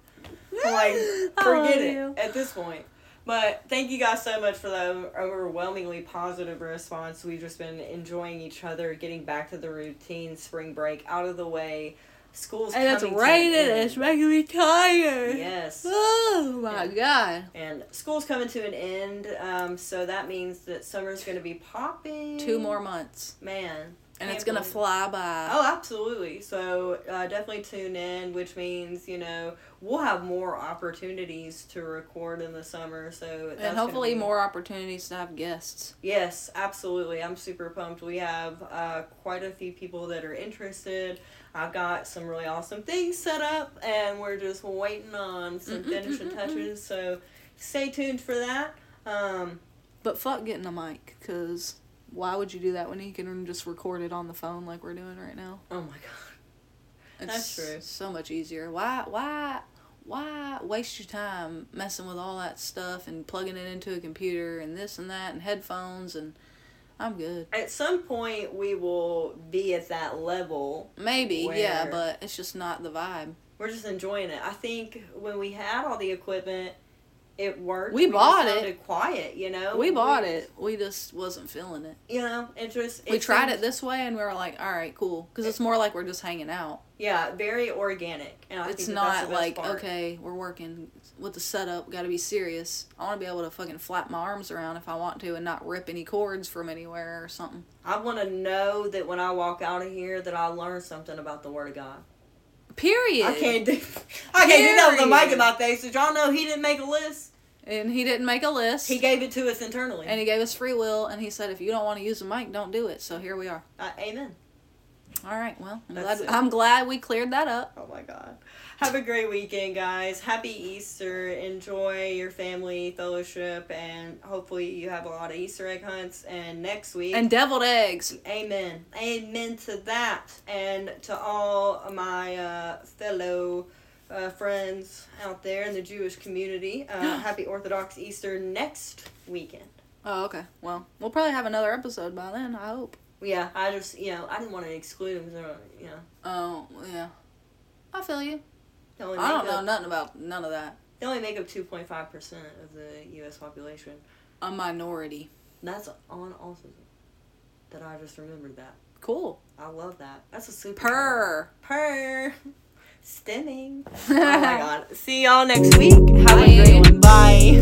Speaker 2: <laughs> like
Speaker 3: I
Speaker 2: forget
Speaker 3: love
Speaker 2: it
Speaker 3: you.
Speaker 2: at this point but thank you guys so much for the overwhelmingly positive response we've just been enjoying each other getting back to the routine spring break out of the way school's
Speaker 3: And it's
Speaker 2: coming to
Speaker 3: raining.
Speaker 2: an
Speaker 3: It's
Speaker 2: end.
Speaker 3: making me tired.
Speaker 2: yes
Speaker 3: <laughs> Oh my god.
Speaker 2: and school's coming to an end um, so that means that summer's going to be popping
Speaker 3: Two more months.
Speaker 2: man
Speaker 3: And
Speaker 2: Can't
Speaker 3: it's gonna
Speaker 2: believe-
Speaker 3: fly by.
Speaker 2: Oh, absolutely. So uh, definitely tune in, which means you know we'll have more opportunities to record in the summer. So that's
Speaker 3: and
Speaker 2: gonna
Speaker 3: hopefully
Speaker 2: be-
Speaker 3: more opportunities to have guests.
Speaker 2: Yes, absolutely. I'm super pumped. We have uh, quite a few people that are interested. I've got some really awesome things set up, and we're just waiting on some
Speaker 3: Mm-mm,
Speaker 2: finishing
Speaker 3: mm-mm,
Speaker 2: touches. So stay tuned for that. Um,
Speaker 3: But fuck getting a mic, because why would you do that when you can just record it on the phone like we're doing right now?
Speaker 2: oh my god.
Speaker 3: It's
Speaker 2: That's true.
Speaker 3: So much easier. Why why why waste your time messing with all that stuff and plugging it into a computer and this and that and headphones and I'm good.
Speaker 2: At some point, we will be at that level.
Speaker 3: Maybe, yeah,
Speaker 2: Where-
Speaker 3: but it's just not the vibe.
Speaker 2: We're just enjoying it. I think when we had all the equipment, it worked.
Speaker 3: We
Speaker 2: just
Speaker 3: bought it.
Speaker 2: sounded Quiet, you know.
Speaker 3: We bought it. We just wasn't feeling it.
Speaker 2: You know, it just.
Speaker 3: we tried
Speaker 2: seemed-
Speaker 3: it this way and we were like, all right, cool. Because it's more like we're just hanging out.
Speaker 2: Yeah, very organic, and I
Speaker 3: It's
Speaker 2: think that that's
Speaker 3: not
Speaker 2: the best
Speaker 3: like,
Speaker 2: part.
Speaker 3: okay, we're working with the setup. Got to be serious. I want to be able to fucking flap my arms around if I want to and not rip any cords from anywhere or something.
Speaker 2: I want to know that when I walk out of here, that I learned something about the Word of God.
Speaker 3: Period.
Speaker 2: I can't do. <laughs> I can't do that with a mic
Speaker 3: Period.
Speaker 2: in my face. Did y'all know he didn't make a list?
Speaker 3: And he didn't make a list.
Speaker 2: He gave it to us internally.
Speaker 3: and he gave us free will and he said, if you don't want to use the mic, don't do it. So here we are.
Speaker 2: Uh, amen.
Speaker 3: All right, well, I'm
Speaker 2: That's
Speaker 3: glad,
Speaker 2: it.
Speaker 3: I'm glad we cleared that up.
Speaker 2: Oh my God. Have a great weekend, guys. Happy Easter. Enjoy your family fellowship, and hopefully you have a lot of Easter egg hunts. And next week,
Speaker 3: And deviled eggs.
Speaker 2: amen. Amen to that. And to all my uh, fellow uh, friends out there in the Jewish community,
Speaker 3: <gasps>
Speaker 2: uh, happy Orthodox Easter next weekend.
Speaker 3: Oh, okay. Well, we'll probably have another episode by then, I hope.
Speaker 2: Yeah, I just, you know, I didn't want to exclude them. 'cause they're, You know,
Speaker 3: Oh, yeah. I feel you.
Speaker 2: they only
Speaker 3: I don't
Speaker 2: make
Speaker 3: know
Speaker 2: up-
Speaker 3: nothing about none of that.
Speaker 2: They only make up 2.5% of the U.S. population.
Speaker 3: A minority.
Speaker 2: That's on autism. That I just remembered that.
Speaker 3: Cool.
Speaker 2: I love that. That's a super
Speaker 3: Purr.
Speaker 2: purr <laughs>
Speaker 3: <laughs>
Speaker 2: stemming. oh my god. See y'all next week. Have
Speaker 3: Bye.
Speaker 2: a great one. Bye.